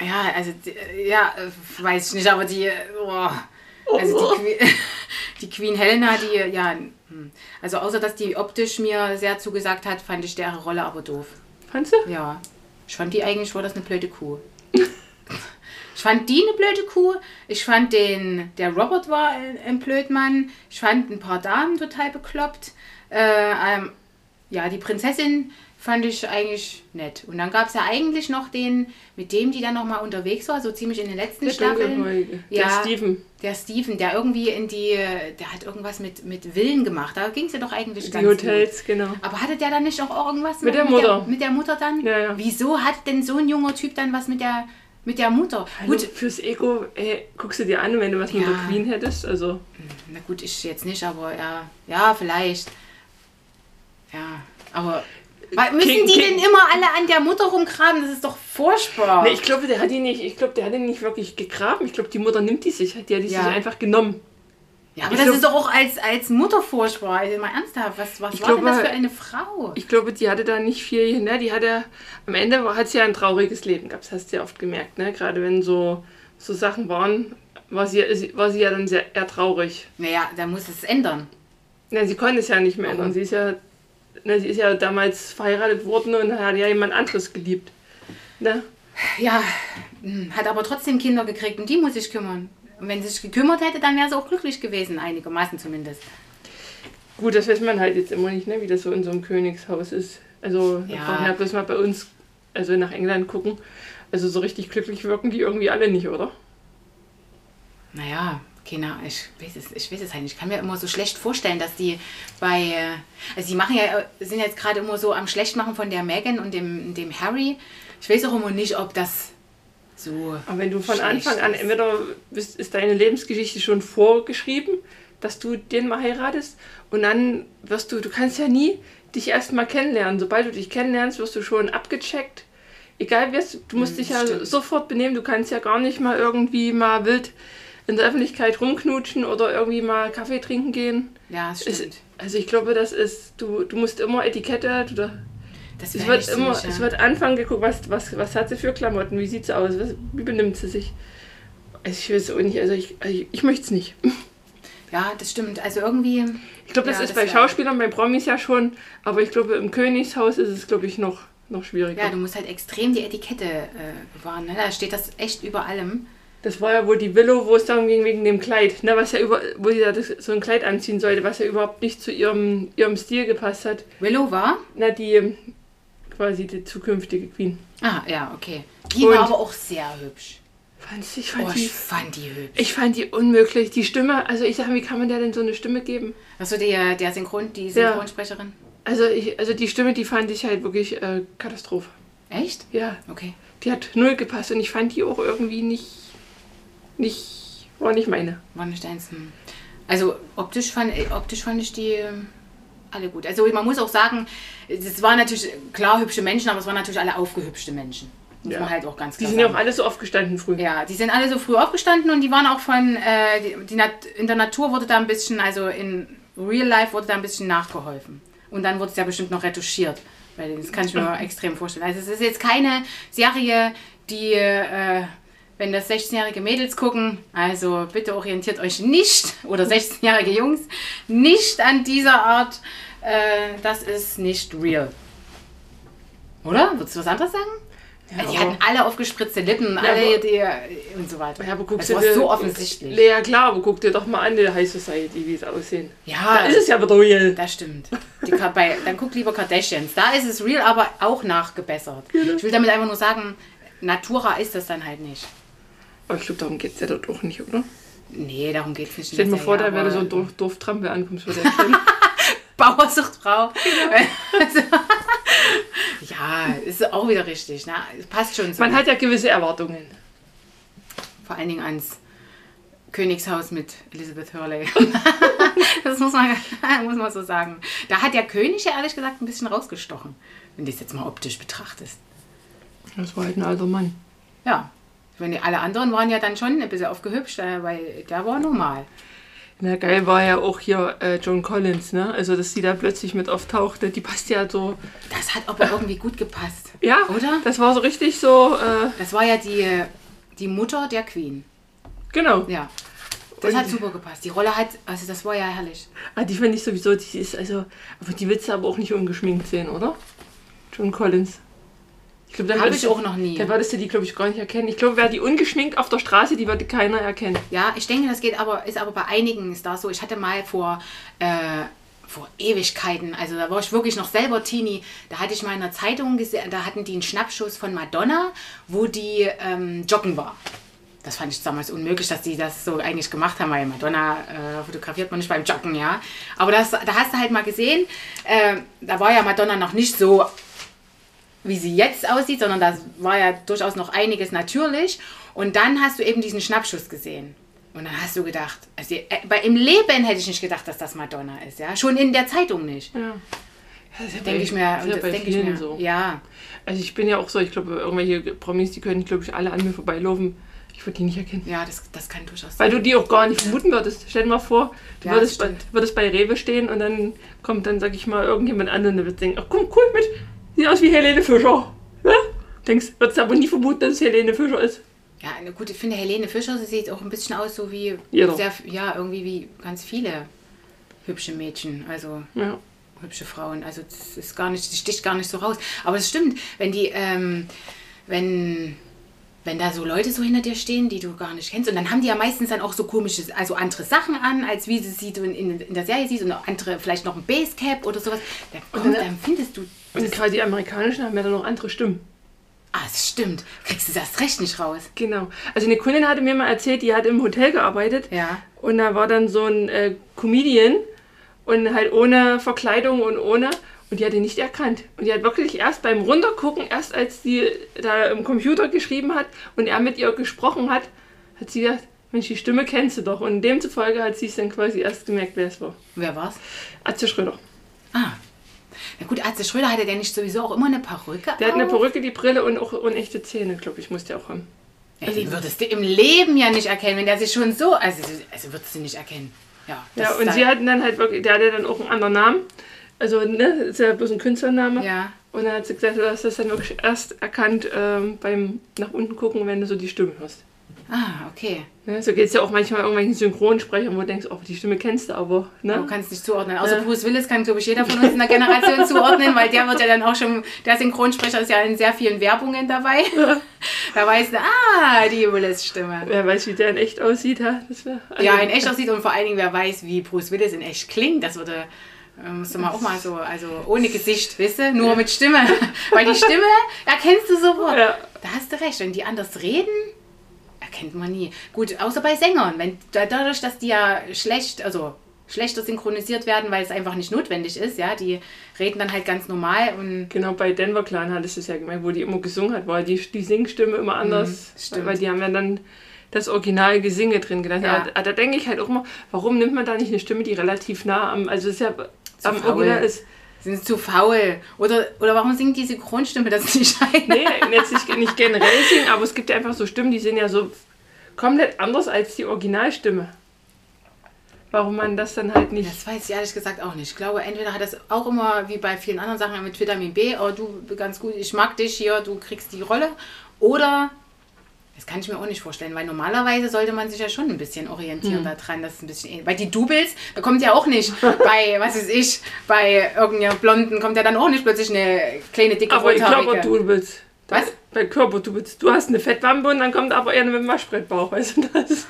Speaker 2: Ja, also, die- ja, äh, weiß ich nicht, aber die, äh, boah.
Speaker 1: Oh.
Speaker 2: also die, Que- die Queen Helena, die, äh, ja, hm. also außer, dass die optisch mir sehr zugesagt hat, fand ich deren Rolle aber doof.
Speaker 1: Fandst du?
Speaker 2: Ja, ich fand die eigentlich, war das eine blöde Kuh. Ich fand die eine blöde Kuh. Ich fand den, der Robert war ein, ein Blödmann. Ich fand ein paar Damen total bekloppt. Äh, ähm, ja, die Prinzessin fand ich eigentlich nett. Und dann gab es ja eigentlich noch den, mit dem die dann nochmal unterwegs war, so ziemlich in den letzten
Speaker 1: Der
Speaker 2: Staffeln.
Speaker 1: Dunkelhäutige.
Speaker 2: Ja.
Speaker 1: Der Steven.
Speaker 2: Der Steven, der irgendwie in die, der hat irgendwas mit, mit Willen gemacht. Da ging es ja doch eigentlich
Speaker 1: Die Hotels, genau.
Speaker 2: Mhm. aber hatte der dann nicht auch irgendwas
Speaker 1: Mit der
Speaker 2: Mit
Speaker 1: Mutter.
Speaker 2: der, mit der Mutter dann?
Speaker 1: Ja, ja.
Speaker 2: Wieso hat denn so ein junger Typ dann was mit der, mit der Mutter?
Speaker 1: Gut,
Speaker 2: Gut,
Speaker 1: Also fürs Ego ey, guckst du dir an, wenn du was mit
Speaker 2: Ja.
Speaker 1: der Queen hättest. Also,
Speaker 2: na gut, ich jetzt nicht, aber ja, ja, vielleicht. Ja, aber weil müssen
Speaker 1: King-
Speaker 2: die
Speaker 1: King-
Speaker 2: denn immer alle an der Mutter rumgraben? Das ist doch furchtbar.
Speaker 1: Nee, ich glaube, der hat ihn nicht, ich glaube, der hat ihn nicht wirklich gegraben. Ich glaube, die Mutter nimmt die sich, die hat die
Speaker 2: Ja.
Speaker 1: sich einfach genommen.
Speaker 2: ja, aber
Speaker 1: ich
Speaker 2: das
Speaker 1: glaub-
Speaker 2: ist doch auch als, als Mutter furchtbar. Also mal ernsthaft, was, was
Speaker 1: Ich
Speaker 2: war denn
Speaker 1: glaube,
Speaker 2: das für eine Frau?
Speaker 1: Ich glaube, die hatte da nicht viel, ne? Die hatte am Ende war- hat sie ja ein trauriges Leben gehabt, das hast du ja oft gemerkt, ne? Gerade wenn so, so Sachen waren, war sie, sie- war sie ja dann sehr eher traurig.
Speaker 2: Naja, da muss es ändern.
Speaker 1: Ne, sie konnte es ja nicht mehr ändern. Sie ist ja, ne, sie ist ja damals verheiratet worden und hat ja jemand anderes geliebt. Ne?
Speaker 2: Ja, hm, hat aber trotzdem Kinder gekriegt und die muss sich kümmern. Und wenn sie sich gekümmert hätte, dann wäre sie auch glücklich gewesen, einigermaßen zumindest.
Speaker 1: Gut, das weiß man halt jetzt immer nicht, ne, wie das so in so einem Königshaus ist. Also wir
Speaker 2: Ja.
Speaker 1: brauchen ja bloß mal bei uns, also nach England gucken. Also so richtig glücklich wirken die irgendwie alle nicht, oder?
Speaker 2: Naja, keine Ahnung, ich weiß es, ich weiß es halt nicht. Ich kann mir immer so schlecht vorstellen, dass die bei. äh, Also, die machen ja, äh, sind jetzt gerade immer so am Schlechtmachen von der Megan und dem, dem Harry. Ich weiß auch immer nicht, ob das so.
Speaker 1: Aber wenn du von
Speaker 2: schlecht
Speaker 1: Anfang an,
Speaker 2: ist.
Speaker 1: entweder bist, ist deine Lebensgeschichte schon vorgeschrieben, dass du den mal heiratest und dann wirst du, du kannst ja nie dich erstmal kennenlernen. Sobald du dich kennenlernst, wirst du schon abgecheckt. Egal wer es- du musst dich ja
Speaker 2: Hm, stimmt.
Speaker 1: sofort benehmen, du kannst ja gar nicht mal irgendwie mal wild in der Öffentlichkeit rumknutschen oder irgendwie mal Kaffee trinken gehen.
Speaker 2: Ja, das
Speaker 1: Es-
Speaker 2: stimmt.
Speaker 1: also ich glaube, das ist, du, du musst immer Etikette, du, da-
Speaker 2: Das
Speaker 1: es
Speaker 2: wär
Speaker 1: wird
Speaker 2: nicht
Speaker 1: immer,
Speaker 2: ziemlich,
Speaker 1: es
Speaker 2: ja.
Speaker 1: wird anfangen geguckt, was, was, was hat sie für Klamotten, wie sieht sie aus, was, wie benimmt sie sich. Also ich weiß auch nicht, also ich, also ich, ich möchte es nicht.
Speaker 2: ja, das stimmt. Also, irgendwie.
Speaker 1: Ich glaube, das
Speaker 2: Ja,
Speaker 1: ist
Speaker 2: das
Speaker 1: bei
Speaker 2: wär-
Speaker 1: Schauspielern, bei Promis ja schon, aber ich glaube, im Königshaus ist es, glaube ich, noch, noch schwieriger.
Speaker 2: Ja, du musst halt extrem die Etikette äh, wahren. Ne? Da steht das echt über allem.
Speaker 1: das war ja wohl die Willow, wo es darum ging, wegen dem Kleid, ne, was ja über, wo sie da das, so ein Kleid anziehen sollte, was ja überhaupt nicht zu ihrem, ihrem Stil gepasst hat.
Speaker 2: Willow war.
Speaker 1: Na, die ähm, quasi die zukünftige Queen.
Speaker 2: Ah, ja, okay. Die
Speaker 1: Und-
Speaker 2: war aber auch sehr hübsch.
Speaker 1: Fandst du, ich fand
Speaker 2: Oh,
Speaker 1: die
Speaker 2: ich fand die hübsch.
Speaker 1: Ich fand die unmöglich. Die Stimme, also ich sag, wie kann man der denn so eine Stimme geben?
Speaker 2: Achso, der, der Synchron, die Synchronsprecherin.
Speaker 1: Also, ich, also die Stimme, die fand ich halt wirklich äh, Katastrophe.
Speaker 2: Echt?
Speaker 1: Ja,
Speaker 2: Okay.
Speaker 1: die hat null gepasst und ich fand die auch irgendwie nicht, nicht, war nicht meine.
Speaker 2: War nicht eins. hm. Also optisch fand, äh, optisch fand ich die ähm, alle gut. Also man muss auch sagen, es waren natürlich klar hübsche Menschen, aber es waren natürlich alle aufgehübschte Menschen. Muss
Speaker 1: Ja.
Speaker 2: man halt auch ganz
Speaker 1: Die
Speaker 2: klar
Speaker 1: sind ja auch
Speaker 2: sagen.
Speaker 1: alle so aufgestanden früh.
Speaker 2: ja, die sind alle so früh aufgestanden und die waren auch von, äh, die, die Nat in der Natur wurde da ein bisschen, also in Real Life wurde da ein bisschen nachgeholfen. Und dann wurde es ja bestimmt noch retuschiert. Weil das kann ich mir extrem vorstellen. Also es ist jetzt keine Serie, die, äh, wenn das 16-jährige Mädels gucken, also bitte orientiert euch nicht, oder 16-jährige Jungs, nicht an dieser Art. Äh, das ist nicht real. Oder? Würdest du was anderes sagen? Also die
Speaker 1: aber-
Speaker 2: hatten alle aufgespritzte Lippen, alle
Speaker 1: aber-
Speaker 2: die äh, und so weiter.
Speaker 1: Ja, aber guck
Speaker 2: das
Speaker 1: dir
Speaker 2: war
Speaker 1: die-
Speaker 2: Also so offensichtlich.
Speaker 1: Ja, klar, aber guck dir doch mal an, die High Society, wie es aussehen.
Speaker 2: Ja.
Speaker 1: Da ist es ja wieder real.
Speaker 2: Das stimmt. Die, Ka- bei, dann guck lieber Kardashians. Da ist es real, aber auch nachgebessert. Ich will damit einfach nur sagen, Natura ist das dann halt nicht.
Speaker 1: Aber ich glaube, darum geht es ja dort auch nicht, oder?
Speaker 2: Nee, darum geht es nicht. in
Speaker 1: Stell dir
Speaker 2: der
Speaker 1: mal vor,
Speaker 2: Serie,
Speaker 1: da wäre
Speaker 2: aber äh,
Speaker 1: so ein Dorf, Dorftrampe ankommst, würde er
Speaker 2: Bauersuchtfrau. Also,
Speaker 1: Genau.
Speaker 2: ja, ist auch wieder richtig. Ne? Passt schon so.
Speaker 1: Man hat ja gewisse Erwartungen.
Speaker 2: Vor allen Dingen ans Königshaus mit Elizabeth Hurley. das muss man, muss man so sagen. Da hat der König ja ehrlich gesagt ein bisschen rausgestochen, wenn du es jetzt mal optisch betrachtest.
Speaker 1: Das war halt ein alter Mann.
Speaker 2: Ja. Ich meine, alle anderen waren ja dann schon ein bisschen aufgehübscht, äh, weil der war normal.
Speaker 1: Na geil war ja auch hier äh, John Collins, ne? Also dass die da plötzlich mit auftauchte, die passt ja so.
Speaker 2: Das hat aber irgendwie gut gepasst.
Speaker 1: Ja,
Speaker 2: Oder?
Speaker 1: Das war so richtig so. Äh,
Speaker 2: Das war ja die, die Mutter der Queen.
Speaker 1: genau.
Speaker 2: Ja. Das hat super gepasst. Die Rolle hat, also das war ja herrlich.
Speaker 1: Ah, die finde ich sowieso. Die ist also, aber die willst du aber auch nicht ungeschminkt sehen, oder? John Collins. Ich glaube, da
Speaker 2: Hab
Speaker 1: würdest
Speaker 2: ich
Speaker 1: du-
Speaker 2: auch noch nie.
Speaker 1: Da würdest du die, glaube ich, gar nicht erkennen. Ich glaube, wäre die ungeschminkt auf der Straße, die würde keiner erkennen.
Speaker 2: Ja, ich denke, das geht aber, ist aber bei einigen ist da so. Ich hatte mal vor, äh, vor Ewigkeiten, also da war ich wirklich noch selber Teenie, da hatte ich mal in der Zeitung gesehen, da hatten die einen Schnappschuss von Madonna, wo die ähm, joggen war. Das fand ich damals unmöglich, dass die das so eigentlich gemacht haben, weil Madonna äh, fotografiert man nicht beim Joggen, ja. Aber das, da hast du halt mal gesehen, äh, da war ja Madonna noch nicht so wie sie jetzt aussieht, sondern da war ja durchaus noch einiges natürlich. Und dann hast du eben diesen Schnappschuss gesehen. Und dann hast du gedacht, also äh, bei im Leben hätte ich nicht gedacht, dass das Madonna ist, ja. Schon in der Zeitung nicht. Denke ich mir,
Speaker 1: Das
Speaker 2: und
Speaker 1: ist ja
Speaker 2: das
Speaker 1: bei
Speaker 2: denke ich
Speaker 1: vielen
Speaker 2: mir.
Speaker 1: so.
Speaker 2: Ja.
Speaker 1: Also ich bin ja auch so, ich glaube, irgendwelche Promis, die können, glaube ich, alle an mir vorbeilaufen. Ich würde die nicht erkennen.
Speaker 2: Ja, das, das kann durchaus sein.
Speaker 1: Weil du die auch gar nicht vermuten würdest. Stell dir mal vor, du
Speaker 2: Ja,
Speaker 1: würdest,
Speaker 2: das
Speaker 1: bei,
Speaker 2: stimmt.
Speaker 1: würdest bei Rewe stehen und dann kommt dann, sag ich mal, irgendjemand an und der wird denken, ach komm, cool, mit, sieht aus wie Helene Fischer. Ja? Denkst, würdest aber nie vermuten, dass es Helene Fischer ist.
Speaker 2: Ja, eine gute, ich finde Helene Fischer, sie sieht auch ein bisschen aus so wie
Speaker 1: Jeder.
Speaker 2: sehr, ja, irgendwie wie ganz viele hübsche Mädchen. Also
Speaker 1: Ja.
Speaker 2: hübsche Frauen. Also das ist gar nicht, das sticht gar nicht so raus. Aber es stimmt, wenn die, ähm, wenn, wenn da so Leute so hinter dir stehen, die du gar nicht kennst, und dann haben die ja meistens dann auch so komische, also andere Sachen an, als wie sie sie du in, in, in der Serie siehst und auch andere vielleicht noch ein Basecap oder sowas. Dann, kommt,
Speaker 1: dann-
Speaker 2: dann findest du,
Speaker 1: Und gerade die amerikanischen haben ja dann noch andere Stimmen.
Speaker 2: ah, es stimmt, kriegst du das recht nicht raus.
Speaker 1: Genau. Also eine Kundin hatte mir mal erzählt, die hat im Hotel gearbeitet.
Speaker 2: Ja.
Speaker 1: Und da war dann so ein äh, Comedian und halt ohne Verkleidung und ohne. Und die hat ihn nicht erkannt. Und die hat wirklich erst beim Runtergucken, erst als die da im Computer geschrieben hat und er mit ihr gesprochen hat, hat sie gedacht, Mensch, die Stimme kennst du doch. Und demzufolge hat sie es dann quasi erst gemerkt, wer es war.
Speaker 2: Wer war's?
Speaker 1: Atze Schröder.
Speaker 2: Ah. Na gut, Atze Schröder hatte der nicht sowieso auch immer eine Perücke
Speaker 1: Der hat eine
Speaker 2: auf?
Speaker 1: Perücke, die Brille und auch unechte Zähne, glaube ich, muss der auch haben.
Speaker 2: Ja, den würdest du im Leben ja nicht erkennen, wenn der sich schon so. Also, also würdest du nicht erkennen. Ja, das
Speaker 1: Ja,
Speaker 2: ist
Speaker 1: und
Speaker 2: dann-
Speaker 1: sie hatten dann halt wirklich, der hatte dann auch einen anderen Namen. Also, ne, ist ja bloß ein Künstlername.
Speaker 2: Ja.
Speaker 1: Und dann hat sie gesagt, du hast das dann wirklich erst erkannt ähm, beim nach unten gucken, wenn du so die Stimme hörst.
Speaker 2: Ah, okay.
Speaker 1: Ne? So geht es ja auch manchmal irgendwelchen Synchronsprechern, wo du denkst, oh, die Stimme kennst du aber.
Speaker 2: Du
Speaker 1: Ne?
Speaker 2: kannst nicht zuordnen. Außer Bruce Willis kann, glaube ich, jeder von uns in der Generation zuordnen, weil der wird ja dann auch schon. Der Synchronsprecher ist ja in sehr vielen Werbungen dabei. da weißt du, ah, die Willis-Stimme.
Speaker 1: Wer weiß, wie der in echt aussieht. Ha? Das wär, also,
Speaker 2: Ja, in echt aussieht und vor allen Dingen, wer weiß, wie Bruce Willis in echt klingt, das würde. äh, Musst du mal auch mal so, also ohne Gesicht, weißt du, nur mit Stimme. Weil die Stimme erkennst du sofort.
Speaker 1: Ja.
Speaker 2: Da hast du recht. Wenn die anders reden, erkennt man nie. Gut, außer bei Sängern. Wenn, da- dadurch, dass die ja schlecht, also schlechter synchronisiert werden, weil es einfach nicht notwendig ist, ja, die reden dann halt ganz normal und
Speaker 1: Genau, bei Denver Clan hattest du es ja gemerkt, wo die immer gesungen hat, war die, die Singstimme immer anders.
Speaker 2: Mhm, stimmt.
Speaker 1: Weil die haben ja dann das original Gesinge drin gelassen.
Speaker 2: Ja.
Speaker 1: Aber Da, da denke ich halt auch mal, warum nimmt man da nicht eine Stimme, die relativ nah am, also ist ja am
Speaker 2: faul.
Speaker 1: Original ist.
Speaker 2: sind zu faul. Oder, oder warum singt die Synchronstimme das nicht ein?
Speaker 1: Nee, jetzt nicht, nicht generell singen, aber es gibt ja einfach so Stimmen, die sind ja so komplett anders als die Originalstimme. Warum man das dann halt nicht.
Speaker 2: Das weiß ich ehrlich gesagt auch nicht. Ich glaube, entweder hat das auch immer wie bei vielen anderen Sachen mit Vitamin B, oh du ganz gut, ich mag dich hier, du kriegst die Rolle. Oder, das kann ich mir auch nicht vorstellen, weil normalerweise sollte man sich ja schon ein bisschen
Speaker 1: Hm.
Speaker 2: orientieren daran, dass es ein bisschen, ähnlich- weil die Doubles, da kommt ja auch nicht bei, was weiß ich, bei irgendeiner Blonden kommt ja dann auch nicht plötzlich eine kleine dicke
Speaker 1: Aber ich glaube,
Speaker 2: Rothaarige.
Speaker 1: du willst.
Speaker 2: Was?
Speaker 1: Bei Körper, du willst. Du hast eine Fettwampe und dann kommt aber eher mit dem Waschbrettbauch, weißt du das?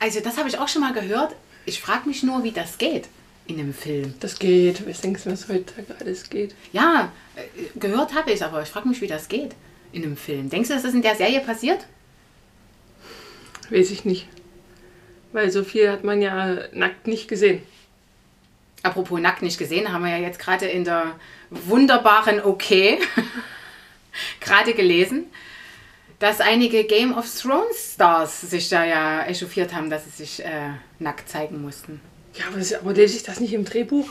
Speaker 2: Also das habe ich auch schon mal gehört. Ich frage mich nur, wie das geht in einem Film.
Speaker 1: Das geht. Wir denken, was heutzutage alles geht.
Speaker 2: Ja, äh, gehört habe ich, aber ich frage mich, wie das geht in einem Film. Denkst du, dass das in der Serie passiert?
Speaker 1: Weiß ich nicht. Weil so viel hat man ja nackt nicht gesehen.
Speaker 2: Apropos nackt nicht gesehen, haben wir ja jetzt gerade in der wunderbaren Okay gerade gelesen, dass einige Game of Thrones Stars sich da ja echauffiert haben, dass sie sich äh, nackt zeigen mussten.
Speaker 1: Ja, aber, das, aber lese ich das nicht im Drehbuch?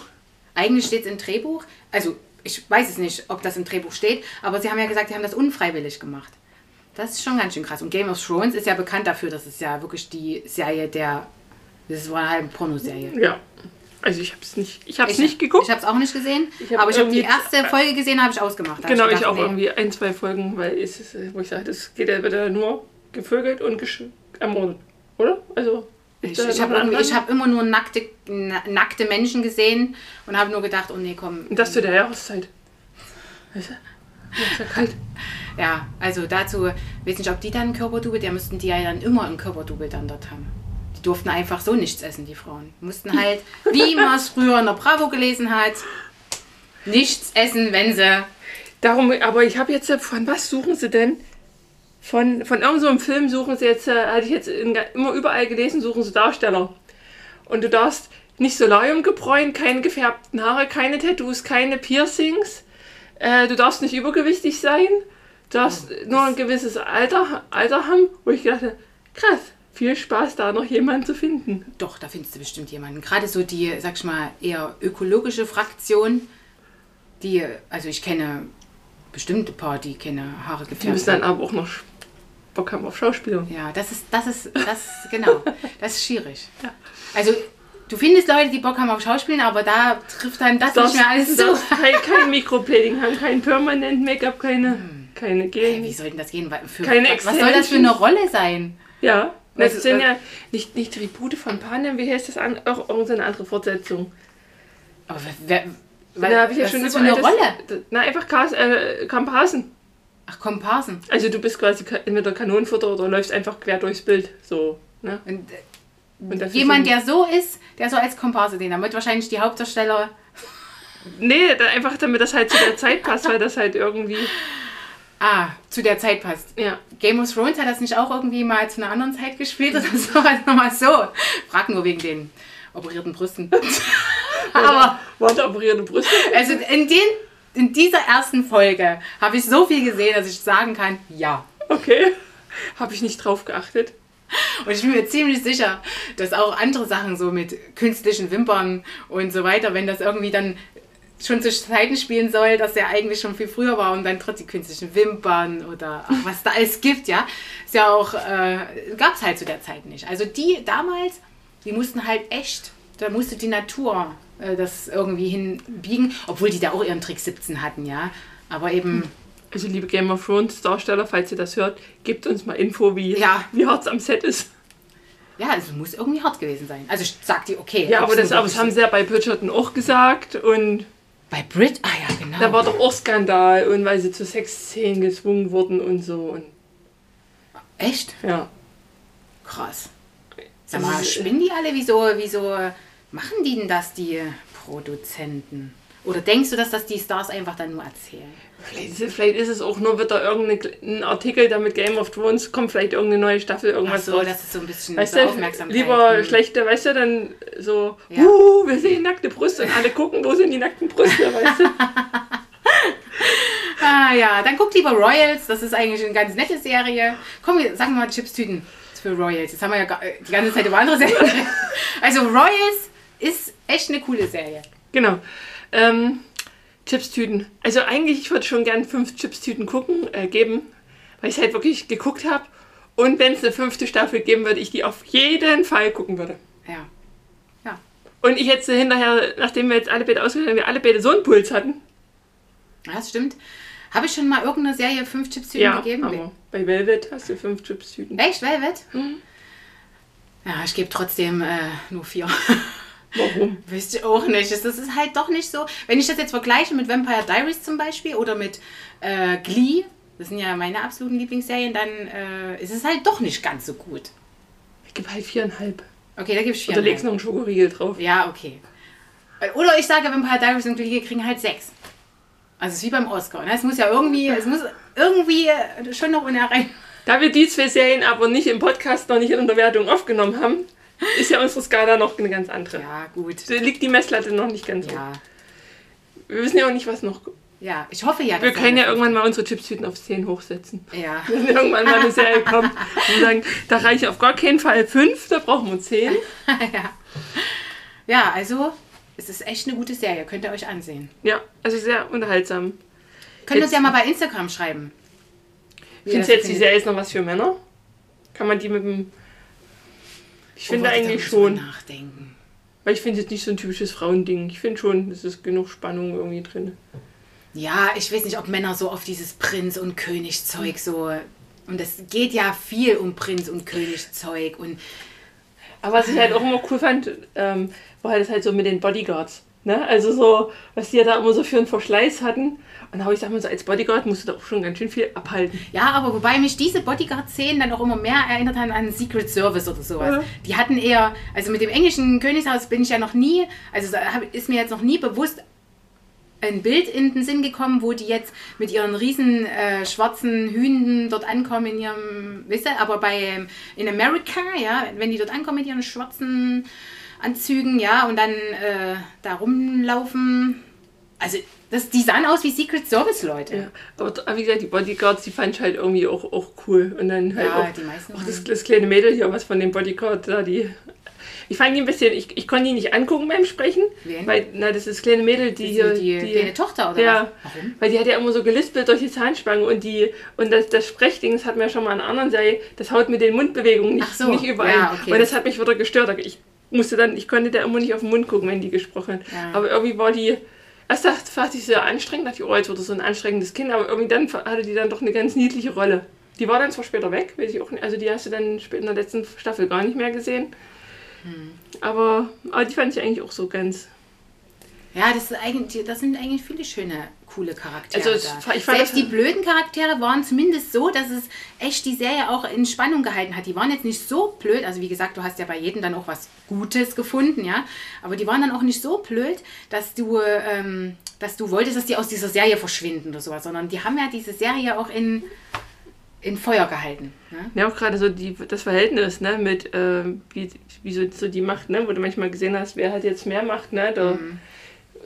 Speaker 2: Eigentlich steht es im Drehbuch, also ich weiß es nicht, ob das im Drehbuch steht, aber sie haben ja gesagt, sie haben das unfreiwillig gemacht. Das ist schon ganz schön krass. Und Game of Thrones ist ja bekannt dafür, dass es ja wirklich die Serie der. Das war halt eine Pornoserie.
Speaker 1: Ja. Also ich hab's nicht, ich hab's nicht geguckt.
Speaker 2: Ich habe es auch nicht gesehen,
Speaker 1: Ich hab
Speaker 2: aber ich habe die
Speaker 1: irgendwie- äh,
Speaker 2: erste Folge gesehen, habe ich ausgemacht. Da hab
Speaker 1: genau, ich,
Speaker 2: gedacht,
Speaker 1: auch
Speaker 2: nee.
Speaker 1: irgendwie ein, zwei Folgen, weil es ist, äh, wo ich sage, das geht ja wieder nur gevögelt und gesch- ermordet, oder? Also
Speaker 2: Ich, ich habe hab immer nur nackte, na- nackte Menschen gesehen und habe nur gedacht, oh nee, komm.
Speaker 1: Und das zu der Jahreszeit. Weißt du? Ja, ist ja kalt.
Speaker 2: Ja, also dazu, weiß nicht, ob die dann einen Körperdouble, der müssten die ja dann immer einen Körperdouble dann dort haben. Die durften einfach so nichts essen, die Frauen. Mussten halt, wie man es früher in der Bravo gelesen hat, nichts essen, wenn sie.
Speaker 1: Darum, aber ich habe jetzt, äh, von was suchen sie denn? Von, von irgendeinem so einem Film suchen sie jetzt, äh, hatte ich jetzt in, ga- immer überall gelesen, suchen sie Darsteller. Und du darfst nicht Solarium gebräunen, keine gefärbten Haare, keine Tattoos, keine Piercings. Äh, du darfst nicht übergewichtig sein. Du darfst nur ein gewisses Alter, Alter haben, wo ich dachte, krass, viel Spaß da noch jemanden zu finden.
Speaker 2: Doch, da findest du bestimmt jemanden. Gerade so die, sag ich mal, eher ökologische Fraktion, die, also ich kenne bestimmt ein paar, die keine Haare
Speaker 1: Die müssen
Speaker 2: gefärbt
Speaker 1: dann
Speaker 2: haben.
Speaker 1: aber auch noch Bock haben auf Schauspieler.
Speaker 2: Ja, das ist, das ist, das, genau, das ist schwierig. Also, du findest Leute, die Bock haben auf Schauspielen, aber da trifft dann das, nicht mehr alles zu.
Speaker 1: darfst kein, kein Microblading haben, kein Permanent Make-up, keine,
Speaker 2: Hm.
Speaker 1: keine
Speaker 2: Hey, wie
Speaker 1: Gel.
Speaker 2: soll denn das gehen? Wa- Für,
Speaker 1: Keine
Speaker 2: was soll das für eine Rolle sein?
Speaker 1: Ja,
Speaker 2: Was-
Speaker 1: das sind
Speaker 2: was-
Speaker 1: ja nicht, nicht Tribute von Panem, wie heißt das an, auch irgendeine andere Fortsetzung.
Speaker 2: Aber wer, wer,
Speaker 1: da habe ich ja
Speaker 2: was
Speaker 1: schon
Speaker 2: ist das für eine
Speaker 1: überall das-
Speaker 2: Rolle?
Speaker 1: d- Na, einfach Kas, äh, Kampasen.
Speaker 2: Ach, Komparsen.
Speaker 1: Also du bist quasi ka- entweder Kanonenfutter oder läufst einfach quer durchs Bild. So, ne?
Speaker 2: Und, äh,
Speaker 1: Und dafür
Speaker 2: jemand,
Speaker 1: sind-
Speaker 2: der so ist, der soll als Komparse den, damit wahrscheinlich die Hauptdarsteller
Speaker 1: Nee, da einfach damit das halt zu der Zeit passt, weil das halt irgendwie...
Speaker 2: ah, zu der Zeit passt.
Speaker 1: Ja,
Speaker 2: Game of Thrones hat das nicht auch irgendwie mal zu einer anderen Zeit gespielt oder so? Also nochmal so. Frag nur wegen den operierten Brüsten. Aber
Speaker 1: Worte operierte Brüste.
Speaker 2: also in, den, in dieser ersten Folge habe ich so viel gesehen, dass ich sagen kann, ja.
Speaker 1: Okay. Habe ich nicht drauf geachtet.
Speaker 2: Und ich bin mir ziemlich sicher, dass auch andere Sachen so mit künstlichen Wimpern und so weiter, wenn das irgendwie dann schon zu Zeiten spielen soll, dass ja eigentlich schon viel früher war und dann trotz die künstlichen Wimpern oder ach, was da alles gibt, ja, ist ja auch, äh, gab es halt zu der Zeit nicht. Also die damals, die mussten halt echt, da musste die Natur äh, das irgendwie hinbiegen, obwohl die da auch ihren Trick 17 hatten, ja, aber eben...
Speaker 1: Also liebe Game of Thrones Darsteller, falls ihr das hört, gebt uns mal Info, wie,
Speaker 2: Ja.
Speaker 1: wie hart es am Set ist.
Speaker 2: Ja, es muss irgendwie hart gewesen sein. Also ich sag die, okay.
Speaker 1: Ja,
Speaker 2: ob's
Speaker 1: aber das,
Speaker 2: nun
Speaker 1: aber das haben sie ja bei Bridgerton auch gesagt und
Speaker 2: Bei Brit? Ah ja, genau.
Speaker 1: da war doch auch Skandal und weil sie zu Sexszenen gezwungen wurden und so und
Speaker 2: Echt?
Speaker 1: ja.
Speaker 2: Krass. Sag mal,
Speaker 1: Also es-
Speaker 2: spinnen die alle? Wieso, wieso machen die denn das, die Produzenten? Oder denkst du, dass das die Stars einfach dann nur erzählen?
Speaker 1: Vielleicht ist, es- vielleicht ist es auch nur wieder irgendein ein Artikel, damit Game of Thrones kommt vielleicht irgendeine neue Staffel,
Speaker 2: Ach
Speaker 1: irgendwas
Speaker 2: so,
Speaker 1: raus.
Speaker 2: das ist so ein bisschen
Speaker 1: Weißt
Speaker 2: so
Speaker 1: du,
Speaker 2: Aufmerksamkeit.
Speaker 1: lieber
Speaker 2: Hm.
Speaker 1: schlechte, weißt du, dann so,
Speaker 2: Ja.
Speaker 1: uh, wir sehen nackte Brüste und alle gucken, wo sind die nackten Brüste, weißt du?
Speaker 2: Ah ja, dann guck lieber Royals. Das ist eigentlich eine ganz nette Serie. Komm, wir- sagen wir mal Chips-Tüten für Royals. Jetzt haben wir ja ga- äh, die ganze Zeit über andere Serien. Also Royals ist echt eine coole Serie.
Speaker 1: Genau. Ähm, Chipstüten. Also eigentlich, ich würde schon gern fünf Chipstüten gucken, äh, geben, weil ich halt wirklich geguckt habe. Und wenn es eine fünfte Staffel geben würde, ich die auf jeden Fall gucken würde.
Speaker 2: Ja. Ja.
Speaker 1: Und ich jetzt hinterher, nachdem wir jetzt alle Bäder ausgewählt haben, wir alle Bäder so einen Puls hatten.
Speaker 2: Ja, das stimmt. Habe ich schon mal irgendeine Serie fünf Chips-Tüten
Speaker 1: Ja,
Speaker 2: gegeben?
Speaker 1: aber bei Velvet hast du fünf Chipstüten.
Speaker 2: Echt, Velvet?
Speaker 1: Mhm.
Speaker 2: Ja, ich gebe trotzdem äh, nur vier.
Speaker 1: Warum?
Speaker 2: Wisst ihr auch nicht. Das das ist halt doch nicht so. Wenn ich das jetzt vergleiche mit Vampire Diaries zum Beispiel oder mit äh, Glee, das sind ja meine absoluten Lieblingsserien, dann äh, ist es halt doch nicht ganz so gut.
Speaker 1: Ich gebe halt viereinhalb.
Speaker 2: Okay, da gebe ich vier.
Speaker 1: Oder legst noch einen Schokoriegel drauf.
Speaker 2: Ja, okay. Äh, Oder ich sage, Vampire Diaries und Glee kriegen halt sechs. Also es ist wie beim Oscar. Ne? Es muss ja irgendwie, es muss irgendwie äh, schon noch in der Reihe.
Speaker 1: Da wir die zwei Serien aber nicht im Podcast, noch nicht in der Wertung aufgenommen haben, ist ja unsere Skala noch eine ganz andere.
Speaker 2: Ja, gut.
Speaker 1: Da liegt die Messlatte noch nicht ganz hoch.
Speaker 2: Ja,
Speaker 1: Wir wissen ja auch nicht, was noch.
Speaker 2: ja. Ich hoffe ja. dass
Speaker 1: Wir
Speaker 2: da
Speaker 1: können ja
Speaker 2: eine-
Speaker 1: irgendwann mal unsere Chipstüten auf 10 hochsetzen.
Speaker 2: Ja.
Speaker 1: Wenn irgendwann mal eine Serie kommt und sagen, da reichen auf gar keinen Fall 5, da brauchen wir 10.
Speaker 2: ja. ja, also es ist echt eine gute Serie, könnt ihr euch ansehen.
Speaker 1: Ja, also sehr unterhaltsam.
Speaker 2: Könnt ihr
Speaker 1: Jetzt-
Speaker 2: uns ja mal bei Instagram schreiben.
Speaker 1: Findest du jetzt die Serie ist noch was für Männer? Kann man die mit dem. Ich finde eigentlich schon.
Speaker 2: Nachdenken.
Speaker 1: Weil ich finde jetzt nicht so ein typisches Frauending. Ich finde schon, es ist genug Spannung irgendwie drin.
Speaker 2: Ja, ich weiß nicht, ob Männer so auf dieses Prinz- und Königzeug so. Und es geht ja viel um Prinz- und Königzeug. Und
Speaker 1: Aber was ich halt auch immer cool fand, ähm, war halt das halt so mit den Bodyguards. Ne? Also so, was die ja da immer so für einen Verschleiß hatten. Und da habe ich gesagt, so als Bodyguard musst du da auch schon ganz schön viel abhalten.
Speaker 2: ja, aber wobei mich diese Bodyguard-Szenen dann auch immer mehr erinnert haben an Secret Service oder sowas.
Speaker 1: Ja.
Speaker 2: Die hatten eher, also mit dem englischen Königshaus bin ich ja noch nie, also da hab- ist mir jetzt noch nie bewusst ein Bild in den Sinn gekommen, wo die jetzt mit ihren riesen äh, schwarzen Hünden dort ankommen in ihrem, weißt du, aber bei ähm, in America, ja, wenn die dort ankommen mit ihren schwarzen Anzügen, ja, und dann äh, da rumlaufen. Also, das, die sahen aus wie Secret Service Leute.
Speaker 1: Ja, aber t- aber wie gesagt, die Bodyguards, die fand ich halt irgendwie auch, auch cool. Und dann halt
Speaker 2: Ja,
Speaker 1: auch,
Speaker 2: die meisten
Speaker 1: auch das,
Speaker 2: waren-
Speaker 1: das kleine Mädel hier, was von dem Bodyguard da, die. Ich fand die ein bisschen, ich, ich konnte die nicht angucken beim Sprechen.
Speaker 2: Wen?
Speaker 1: Weil, na, das ist das kleine Mädel, die hier.
Speaker 2: die, die kleine Tochter oder
Speaker 1: ja,
Speaker 2: was? Warum?
Speaker 1: weil die hat ja immer so gelispelt durch die Zahnspange und die und das, das Sprechding, das hatten wir ja schon mal in einer anderen Serie, das haut mit den Mundbewegungen nicht,
Speaker 2: Ach so,
Speaker 1: nicht überall.
Speaker 2: ja, okay.
Speaker 1: Und das hat mich wieder gestört. Ich musste dann, ich konnte da immer nicht auf den Mund gucken, wenn die gesprochen hat.
Speaker 2: Ja.
Speaker 1: Aber irgendwie war die, erst dachte, fand ich sie sehr anstrengend, dachte ich, oh, jetzt wird das so ein anstrengendes Kind, aber irgendwie dann hatte die dann doch eine ganz niedliche Rolle. Die war dann zwar später weg, weiß ich auch nicht, also die hast du dann spä- in der letzten Staffel gar nicht mehr gesehen.
Speaker 2: Hm.
Speaker 1: Aber, aber die fand ich eigentlich auch so ganz.
Speaker 2: Ja, das, ist eigentlich, das sind eigentlich viele schöne, coole Charaktere.
Speaker 1: Also, es-
Speaker 2: da.
Speaker 1: ich fand
Speaker 2: Selbst
Speaker 1: das-
Speaker 2: die blöden Charaktere waren zumindest so, dass es echt die Serie auch in Spannung gehalten hat. Die waren jetzt nicht so blöd, also wie gesagt, du hast ja bei jedem dann auch was Gutes gefunden, ja. Aber die waren dann auch nicht so blöd, dass du, ähm, dass du wolltest, dass die aus dieser Serie verschwinden oder sowas, sondern die haben ja diese Serie auch in, in Feuer gehalten. Ne?
Speaker 1: Ja, auch gerade so die, das Verhältnis, ne, mit ähm, wie, wie so, so die Macht, ne, wo du manchmal gesehen hast, wer hat jetzt mehr Macht, ne, da
Speaker 2: Mhm.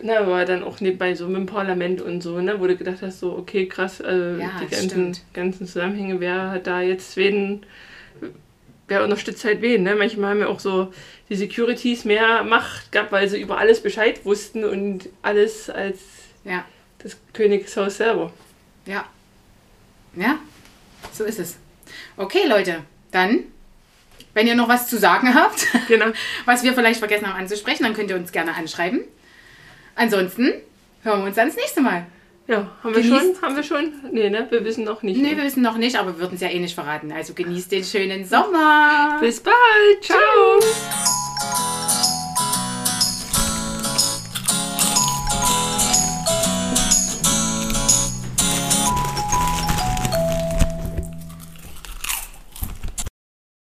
Speaker 1: ne, war dann auch nebenbei so mit dem Parlament und so, ne, wo du gedacht hast, so, okay, krass, äh,
Speaker 2: Ja,
Speaker 1: die
Speaker 2: das
Speaker 1: ganzen,
Speaker 2: stimmt.
Speaker 1: ganzen Zusammenhänge, wer hat da jetzt wen, wer unterstützt halt wen, ne, manchmal haben ja auch so die Securities mehr Macht gehabt, weil sie über alles Bescheid wussten und alles als
Speaker 2: Ja,
Speaker 1: das Königshaus selber.
Speaker 2: ja. Ja, so ist es. Okay, Leute, dann, wenn ihr noch was zu sagen habt.
Speaker 1: Genau.
Speaker 2: was wir vielleicht vergessen haben anzusprechen, dann könnt ihr uns gerne anschreiben. Ansonsten hören wir uns dann das nächste Mal.
Speaker 1: Ja, haben wir
Speaker 2: Genießt-
Speaker 1: schon? Haben wir schon? Nee, ne, wir wissen noch nicht.
Speaker 2: Nee, wir wissen noch nicht, aber wir würden es ja eh nicht verraten. Also genießt den schönen Sommer.
Speaker 1: Bis bald. Ciao.